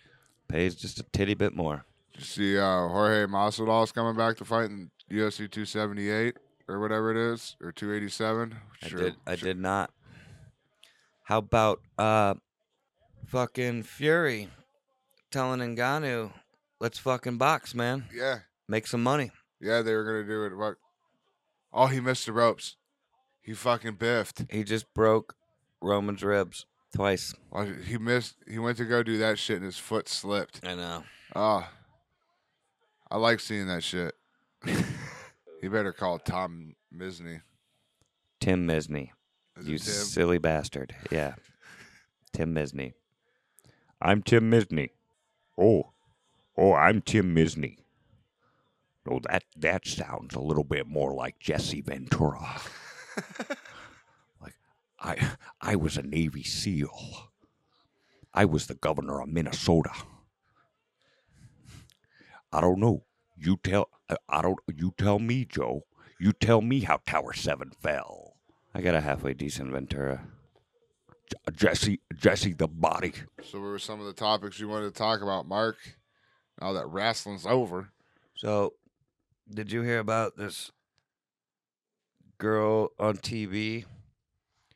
[SPEAKER 2] Pays just a titty bit more.
[SPEAKER 1] Did you see uh, Jorge Masvidal's coming back to fight in UFC 278 or whatever it is, or 287.
[SPEAKER 2] I did. I did not. How about uh, fucking Fury telling Ngannou, let's fucking box, man.
[SPEAKER 1] Yeah,
[SPEAKER 2] Make some money.
[SPEAKER 1] yeah, they were gonna do it. What? Oh, he missed the ropes. He fucking biffed.
[SPEAKER 2] He just broke Roman's ribs twice.
[SPEAKER 1] Watch it. He missed. He went to go do that shit, and his foot slipped.
[SPEAKER 2] I know.
[SPEAKER 1] Ah, I like seeing that shit. *laughs* you better call Tom Misney.
[SPEAKER 2] Tim Misney,
[SPEAKER 1] Is it
[SPEAKER 2] you
[SPEAKER 1] Tim?
[SPEAKER 2] silly bastard. Yeah. Tim Misney. I'm Tim Misney.
[SPEAKER 3] Oh, oh, I'm Tim Misney. No, that that sounds a little bit more like Jesse Ventura. like, I I was a Navy SEAL. I was the governor of Minnesota. I don't know. You tell. I, I don't. You tell me, Joe. You tell me how Tower Seven fell.
[SPEAKER 2] I got a halfway decent Ventura.
[SPEAKER 3] J- Jesse, Jesse, the body.
[SPEAKER 1] So, what were some of the topics you wanted to talk about, Mark? Now that wrestling's over,
[SPEAKER 2] So, did you hear about this girl on TV?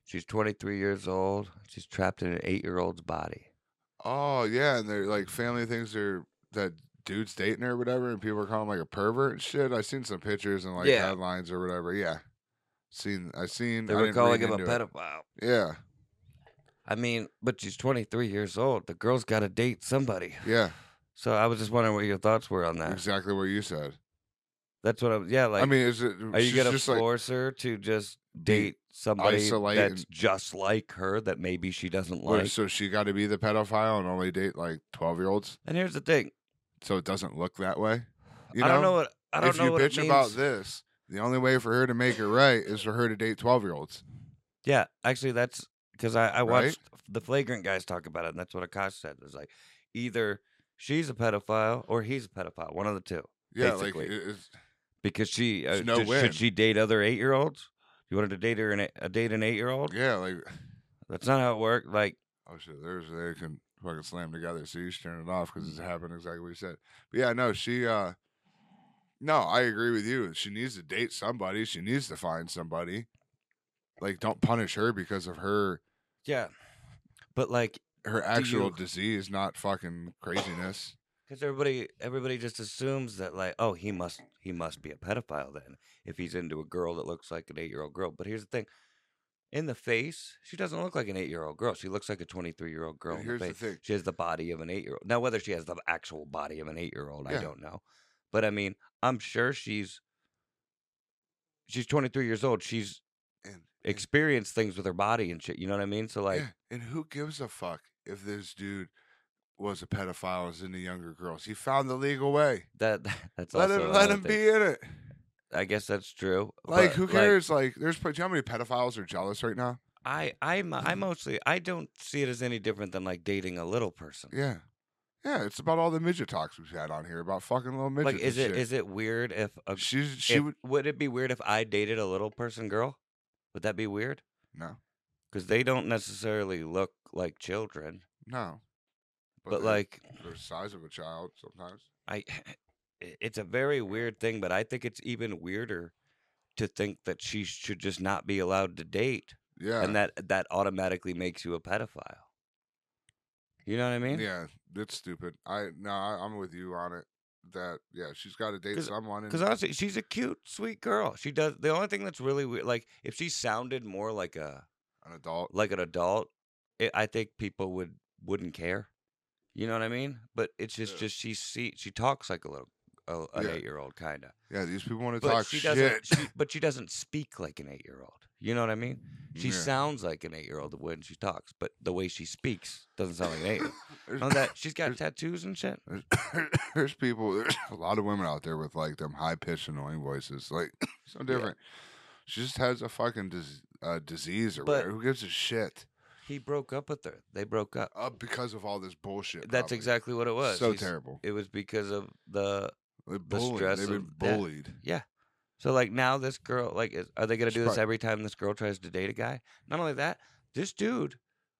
[SPEAKER 2] She's 23 years old. She's trapped in an eight year old's body.
[SPEAKER 1] oh yeah, and they're like family things. They're that dude's dating her or whatever, and people are calling him, like a pervert and shit. I seen some pictures and like
[SPEAKER 2] Yeah.
[SPEAKER 1] headlines or whatever. Yeah, seen. I seen.
[SPEAKER 2] They
[SPEAKER 1] I
[SPEAKER 2] were
[SPEAKER 1] didn't
[SPEAKER 2] calling
[SPEAKER 1] read
[SPEAKER 2] him a
[SPEAKER 1] into it.
[SPEAKER 2] pedophile.
[SPEAKER 1] Yeah,
[SPEAKER 2] I mean, but she's 23 years old. The girl's got to date somebody.
[SPEAKER 1] yeah,
[SPEAKER 2] So I was just wondering what your thoughts were on that.
[SPEAKER 1] exactly what you said.
[SPEAKER 2] That's what I was. Yeah, Uh, like,
[SPEAKER 1] I mean, is it?
[SPEAKER 2] are you
[SPEAKER 1] she's
[SPEAKER 2] going to
[SPEAKER 1] just like-
[SPEAKER 2] force her to just date somebody
[SPEAKER 1] isolate
[SPEAKER 2] that's
[SPEAKER 1] and-
[SPEAKER 2] just like her that maybe she doesn't
[SPEAKER 1] Wait,
[SPEAKER 2] like?
[SPEAKER 1] so she got to be the pedophile and only date like twelve year olds,
[SPEAKER 2] and here's the thing
[SPEAKER 1] so it doesn't look that way. You
[SPEAKER 2] I don't know what. I don't
[SPEAKER 1] if
[SPEAKER 2] know
[SPEAKER 1] you
[SPEAKER 2] what it
[SPEAKER 1] bitch about
[SPEAKER 2] means.
[SPEAKER 1] this, the only way for her to make it right is for her to date twelve year olds.
[SPEAKER 2] Yeah, actually, that's because I, I
[SPEAKER 1] Right?
[SPEAKER 2] watched the flagrant guys talk about it, and that's what Akash said. It was like either she's a pedophile or he's a pedophile, one of the two.
[SPEAKER 1] Yeah,
[SPEAKER 2] Basically.
[SPEAKER 1] like it- it's,
[SPEAKER 2] Because she uh,
[SPEAKER 1] There's no
[SPEAKER 2] did-
[SPEAKER 1] win.
[SPEAKER 2] should she date other eight year olds? You wanted to date her an eight, uh, date an eight year old?
[SPEAKER 1] yeah, like
[SPEAKER 2] That's not how it worked. Like
[SPEAKER 1] oh shit, there's they can fucking slam together. So you should turn it off because it's happened exactly what you said. But yeah, no, she. uh No, I agree with you. She needs to date somebody. She needs to find somebody. Like, don't punish her because of her
[SPEAKER 2] yeah, but like
[SPEAKER 1] her actual
[SPEAKER 2] you-
[SPEAKER 1] disease, not fucking craziness.
[SPEAKER 2] because everybody everybody just assumes that like oh he must he must be a pedophile then if he's into a girl that looks like an eight year old girl but here's the thing in the face she doesn't look like an eight year old girl she looks like a 23 year old girl
[SPEAKER 1] And
[SPEAKER 2] in
[SPEAKER 1] here's the
[SPEAKER 2] face.
[SPEAKER 1] thing.
[SPEAKER 2] she has the body of an eight year old now whether she has the actual body of an eight year old i
[SPEAKER 1] Yeah.
[SPEAKER 2] don't know but i mean i'm sure she's she's 23 years old she's
[SPEAKER 1] And and-
[SPEAKER 2] experienced things with her body and shit you know what i mean so like
[SPEAKER 1] yeah, and who gives a fuck if this dude was a pedophile was into younger girls? He found the legal way.
[SPEAKER 2] that *laughs* that's
[SPEAKER 1] Let
[SPEAKER 2] also
[SPEAKER 1] him let
[SPEAKER 2] another
[SPEAKER 1] him
[SPEAKER 2] thing.
[SPEAKER 1] be in it.
[SPEAKER 2] I guess that's true.
[SPEAKER 1] Like
[SPEAKER 2] but,
[SPEAKER 1] who cares? Like, there's plenty- do you know how many pedophiles are jealous right now?
[SPEAKER 2] I I mo- I mostly I don't see it as any different than like dating a little person.
[SPEAKER 1] Yeah. Yeah, it's about all the midget talks we've had on here about fucking little midgets.
[SPEAKER 2] like is
[SPEAKER 1] and
[SPEAKER 2] it is
[SPEAKER 1] shit.
[SPEAKER 2] it weird if a,
[SPEAKER 1] she's she
[SPEAKER 2] if-
[SPEAKER 1] would
[SPEAKER 2] would it be weird if I dated a little person girl? Would that be weird?
[SPEAKER 1] no
[SPEAKER 2] Because they don't necessarily look like children,
[SPEAKER 1] no, they're-
[SPEAKER 2] but, like
[SPEAKER 1] they're the size of a child sometimes.
[SPEAKER 2] I, *laughs* i- it's a very weird thing. But I think it's even weirder to think that she should just not be allowed to date,
[SPEAKER 1] Yeah,
[SPEAKER 2] and that that automatically makes you a pedophile. You know what I mean?
[SPEAKER 1] yeah, that's stupid. I no, I, I'm with you on it. That yeah, she's got to date
[SPEAKER 2] 'Cause-
[SPEAKER 1] someone. And,
[SPEAKER 2] Because honestly, she's a cute, sweet girl. She does the only thing that's really weird. Like if she sounded more like a
[SPEAKER 1] an adult.
[SPEAKER 2] like an adult, it, I think people would wouldn't care. You know what I mean? But it's just
[SPEAKER 1] Yeah.
[SPEAKER 2] just she see she talks like a little a, an
[SPEAKER 1] Yeah.
[SPEAKER 2] eight year old kind of.
[SPEAKER 1] Yeah, these people want to
[SPEAKER 2] But
[SPEAKER 1] talk
[SPEAKER 2] she
[SPEAKER 1] shit.
[SPEAKER 2] doesn't. She, but she doesn't speak like an eight year old. You know what I mean? She
[SPEAKER 1] Yeah.
[SPEAKER 2] sounds like an eight year old when she talks, but the way she speaks doesn't sound like an
[SPEAKER 1] *laughs*
[SPEAKER 2] eight. Know that she's got tattoos and shit.
[SPEAKER 1] There's, *coughs* there's people, there's a lot of women out there with like them high pitched, annoying voices. Like, *coughs* so different. She just has a fucking dis- uh, disease or
[SPEAKER 2] But-
[SPEAKER 1] whatever. Who gives a shit?
[SPEAKER 2] He broke up with her. They broke up.
[SPEAKER 1] Uh, because of all this bullshit.
[SPEAKER 2] That's
[SPEAKER 1] probably.
[SPEAKER 2] exactly what it was.
[SPEAKER 1] So
[SPEAKER 2] He's-
[SPEAKER 1] terrible.
[SPEAKER 2] It was because of the
[SPEAKER 1] They're
[SPEAKER 2] the
[SPEAKER 1] bullied.
[SPEAKER 2] stress
[SPEAKER 1] They've been
[SPEAKER 2] of- yeah.
[SPEAKER 1] bullied.
[SPEAKER 2] yeah. So like now this girl like is, are they gonna
[SPEAKER 1] It's
[SPEAKER 2] do this
[SPEAKER 1] probably-
[SPEAKER 2] every time this girl tries to date a guy? Not only that, this dude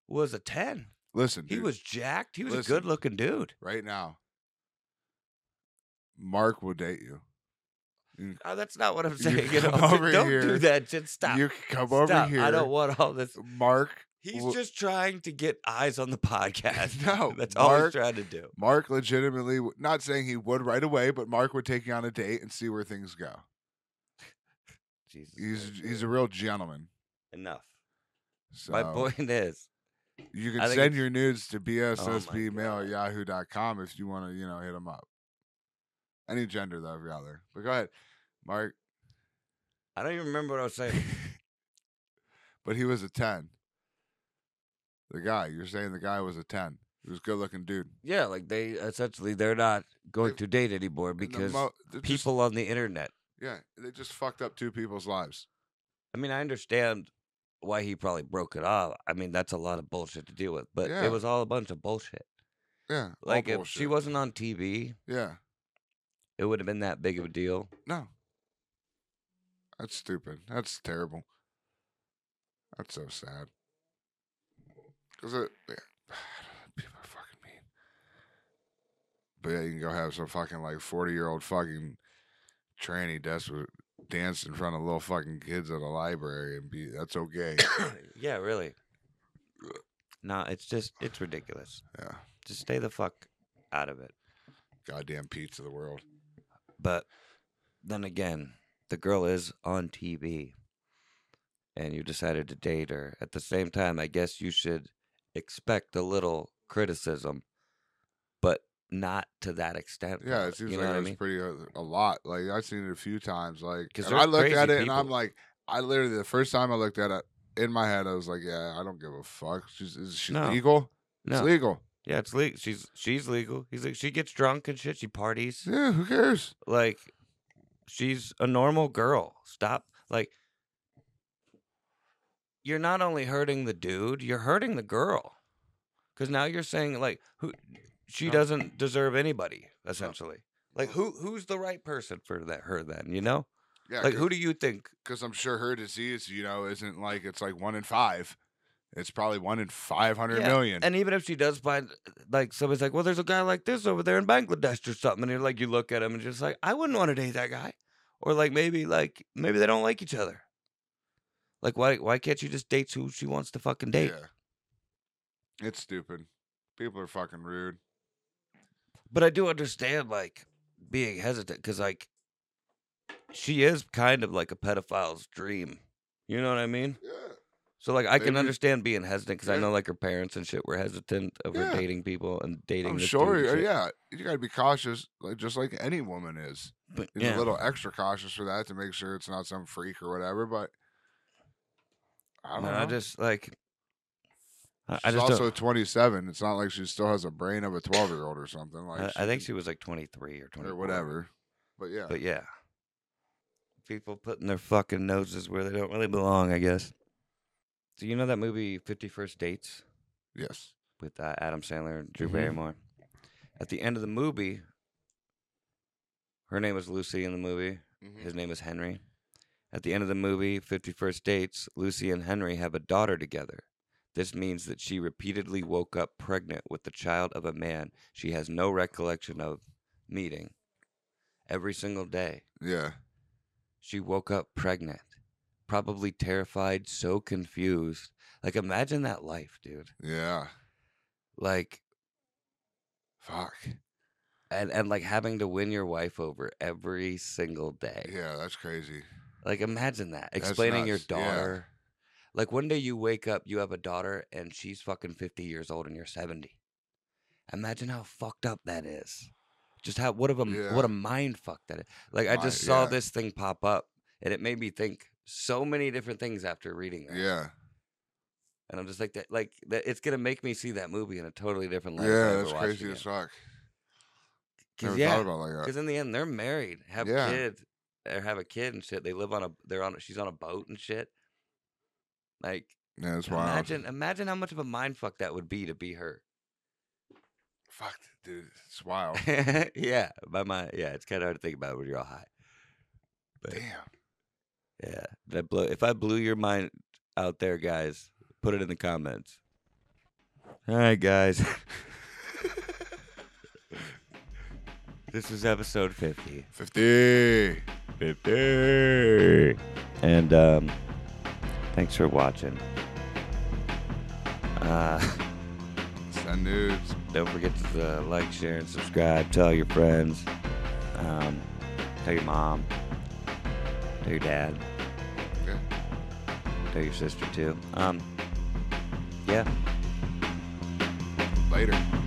[SPEAKER 2] was a ten.
[SPEAKER 1] Listen,
[SPEAKER 2] He
[SPEAKER 1] dude,
[SPEAKER 2] was jacked. He was
[SPEAKER 1] Listen.
[SPEAKER 2] a good looking dude.
[SPEAKER 1] right now. Mark will date you.
[SPEAKER 2] Oh, that's not what I'm
[SPEAKER 1] You
[SPEAKER 2] saying. at
[SPEAKER 1] come
[SPEAKER 2] all.
[SPEAKER 1] over
[SPEAKER 2] *laughs* don't
[SPEAKER 1] here.
[SPEAKER 2] do that. Just stop.
[SPEAKER 1] You can come over
[SPEAKER 2] Stop.
[SPEAKER 1] here.
[SPEAKER 2] I don't want all this.
[SPEAKER 1] Mark.
[SPEAKER 2] He's
[SPEAKER 1] Well-
[SPEAKER 2] just trying to get eyes on the podcast.
[SPEAKER 1] *laughs* No,
[SPEAKER 2] *laughs* that's all
[SPEAKER 1] Mark-
[SPEAKER 2] he's trying to do.
[SPEAKER 1] Mark legitimately, w- not saying he would right away, but Mark would take you on a date and see where things go.
[SPEAKER 2] Jesus.
[SPEAKER 1] He's
[SPEAKER 2] Christ,
[SPEAKER 1] he's a
[SPEAKER 2] dude.
[SPEAKER 1] real gentleman.
[SPEAKER 2] enough.
[SPEAKER 1] So
[SPEAKER 2] My point is, *laughs*
[SPEAKER 1] You
[SPEAKER 2] I
[SPEAKER 1] can
[SPEAKER 2] think
[SPEAKER 1] send
[SPEAKER 2] it's-
[SPEAKER 1] your nudes to
[SPEAKER 2] Oh my
[SPEAKER 1] bssbmail
[SPEAKER 2] God.
[SPEAKER 1] at yahoo.com if you want to, you know, hit them up. Any gender, though, if you're out there. But go ahead, Mark.
[SPEAKER 2] I don't even remember what I was saying.
[SPEAKER 1] *laughs* But he was a 10. The guy, you're saying the guy was a 10. He was a good looking dude.
[SPEAKER 2] Yeah, like they essentially they're not going
[SPEAKER 1] They've-
[SPEAKER 2] to date anymore
[SPEAKER 1] And the
[SPEAKER 2] because
[SPEAKER 1] mo- they're just-
[SPEAKER 2] people on the internet.
[SPEAKER 1] yeah, they just fucked up two people's lives.
[SPEAKER 2] I mean, I understand why he probably broke it off. I mean, that's a lot of bullshit to deal with, but
[SPEAKER 1] Yeah.
[SPEAKER 2] it was all a bunch of bullshit.
[SPEAKER 1] Yeah. all
[SPEAKER 2] Like if she
[SPEAKER 1] bullshit.
[SPEAKER 2] wasn't on TV,
[SPEAKER 1] Yeah.
[SPEAKER 2] it would have been that big of a deal.
[SPEAKER 1] No. That's stupid. That's terrible. That's so sad. Cause it, yeah, *sighs* people are fucking mean. But yeah, you can go have some fucking like forty year old fucking tranny desperate dance in front of little fucking kids at a library and be that's okay. *coughs*
[SPEAKER 2] yeah, really. No, it's just it's ridiculous.
[SPEAKER 1] yeah,
[SPEAKER 2] Just stay the fuck out of it.
[SPEAKER 1] goddamn Pete's of the world.
[SPEAKER 2] But then again, the girl is on TV and you decided to date her. At the same time, I guess you should expect a little criticism, but not to that extent.
[SPEAKER 1] Yeah,
[SPEAKER 2] probably.
[SPEAKER 1] it seems
[SPEAKER 2] *laughs* you know
[SPEAKER 1] like
[SPEAKER 2] what I
[SPEAKER 1] it was
[SPEAKER 2] mean?
[SPEAKER 1] pretty a, a lot. Like I've seen it a few times. Like
[SPEAKER 2] 'Cause
[SPEAKER 1] and
[SPEAKER 2] there's
[SPEAKER 1] I looked at
[SPEAKER 2] crazy
[SPEAKER 1] it and I'm
[SPEAKER 2] people.
[SPEAKER 1] like, I literally the first time I looked at it in my head, I was like, yeah, I don't give a fuck. She's is she
[SPEAKER 2] No.
[SPEAKER 1] legal? It's
[SPEAKER 2] No.
[SPEAKER 1] legal.
[SPEAKER 2] yeah, it's legal. She's she's legal. He's like she gets drunk and shit. She parties.
[SPEAKER 1] Yeah, who cares?
[SPEAKER 2] Like she's a normal girl. Stop. Like you're not only hurting the dude, you're hurting the girl. Cuz now you're saying like who she
[SPEAKER 1] No.
[SPEAKER 2] doesn't deserve anybody essentially. Like who who's the right person for that her then, you know?
[SPEAKER 1] Yeah,
[SPEAKER 2] like who do you think?
[SPEAKER 1] Because I'm sure her disease, you know, isn't like it's like one in five. It's probably one in five hundred
[SPEAKER 2] Yeah,
[SPEAKER 1] million.
[SPEAKER 2] And even if she does find like somebody's like, "Well, there's a guy like this over there in Bangladesh or something." And you're like you look at him and just like, "I wouldn't want to date that guy." Or like maybe like maybe they don't like each other. Like why why can't she just date who she wants to fucking date?
[SPEAKER 1] Yeah, it's stupid. People are fucking rude.
[SPEAKER 2] But I do understand like being hesitant because like she is kind of like a pedophile's dream. You know what I mean?
[SPEAKER 1] Yeah.
[SPEAKER 2] So like I can
[SPEAKER 1] Maybe.
[SPEAKER 2] understand being hesitant because I
[SPEAKER 1] Yeah.
[SPEAKER 2] know like her parents and shit were hesitant of
[SPEAKER 1] Yeah.
[SPEAKER 2] her dating people and dating.
[SPEAKER 1] I'm
[SPEAKER 2] this
[SPEAKER 1] sure.
[SPEAKER 2] dude and
[SPEAKER 1] uh,
[SPEAKER 2] shit.
[SPEAKER 1] Yeah, you got to be cautious, like just like any woman is.
[SPEAKER 2] But,
[SPEAKER 1] You're
[SPEAKER 2] yeah.
[SPEAKER 1] a little extra cautious for that to make sure it's not some freak or whatever. But I don't
[SPEAKER 2] Man,
[SPEAKER 1] know.
[SPEAKER 2] I just like. I,
[SPEAKER 1] she's
[SPEAKER 2] I just
[SPEAKER 1] also
[SPEAKER 2] don't-
[SPEAKER 1] 27. It's not like she still has a brain of a 12 year old or something. Like
[SPEAKER 2] I, I think she
[SPEAKER 1] can-
[SPEAKER 2] was like 23 or 24
[SPEAKER 1] or whatever. But yeah,
[SPEAKER 2] But yeah, people putting their fucking noses where they don't really belong, I guess. Do you know that movie Fifty First Dates
[SPEAKER 1] yes,
[SPEAKER 2] with uh, Adam Sandler and Drew
[SPEAKER 1] Mm-hmm.
[SPEAKER 3] Mhm.
[SPEAKER 2] Barrymore? At the end of the movie, her name was Lucy in the movie.
[SPEAKER 1] Mm-hmm.
[SPEAKER 2] His name is Henry. At the end of the movie, 51st Dates, Lucy and Henry have a daughter together. This means that she repeatedly woke up pregnant with the child of a man she has no recollection of meeting. Every single day,
[SPEAKER 1] yeah,
[SPEAKER 2] she woke up pregnant, probably terrified, so confused. Like, imagine that life, dude.
[SPEAKER 1] yeah.
[SPEAKER 2] Like,
[SPEAKER 1] Fuck.
[SPEAKER 2] and, and like having to win your wife over every single day.
[SPEAKER 1] Yeah, that's crazy.
[SPEAKER 2] Like imagine that.
[SPEAKER 1] That's
[SPEAKER 2] Explaining your
[SPEAKER 1] nuts, yeah.
[SPEAKER 2] daughter. Like one day you wake up, you have a daughter and she's fucking 50 years old and you're 70. Imagine how fucked up that is. Just how what of a
[SPEAKER 1] Yeah.
[SPEAKER 2] what a mind fuck that is. Like I just
[SPEAKER 1] Mind-
[SPEAKER 2] saw
[SPEAKER 1] yeah.
[SPEAKER 2] this thing pop up and it made me think so many different things after reading that.
[SPEAKER 1] Yeah,
[SPEAKER 2] And I'm just like that like that it's going to make me see that movie in a totally different light. if I
[SPEAKER 1] yeah,
[SPEAKER 2] ever
[SPEAKER 1] that's
[SPEAKER 2] watch it
[SPEAKER 1] crazy as
[SPEAKER 2] again.
[SPEAKER 1] fuck.
[SPEAKER 2] 'Cause,
[SPEAKER 1] Never
[SPEAKER 2] yeah,
[SPEAKER 1] thought about it like that.
[SPEAKER 2] because in the end, they're married, have
[SPEAKER 1] Uh, Yeah.
[SPEAKER 2] kids, or have a kid and shit. They live on a, they're on, a- she's on a boat and shit. Like,
[SPEAKER 1] Yeah, that's wild.
[SPEAKER 2] imagine, imagine how much of a mind fuck that would be to be her.
[SPEAKER 1] Fuck, dude, it's
[SPEAKER 2] *laughs*
[SPEAKER 1] wild.
[SPEAKER 2] yeah, by my, yeah, it's kind of hard to think about when you're all high. But
[SPEAKER 1] Damn.
[SPEAKER 2] yeah, Did I blow, if I blew your mind out there, guys, put it in the comments. All right,
[SPEAKER 1] *laughs*
[SPEAKER 2] guys. *laughs* this is episode 50.
[SPEAKER 1] 50.
[SPEAKER 3] 50.
[SPEAKER 2] and um, thanks for watching. Uh, *laughs*
[SPEAKER 1] Send nudes.
[SPEAKER 2] don't forget to uh, like, share, and subscribe. Tell your friends. Um, tell your mom. Tell your dad.
[SPEAKER 1] Yeah.
[SPEAKER 2] Tell your sister too. Um, yeah.
[SPEAKER 1] Later.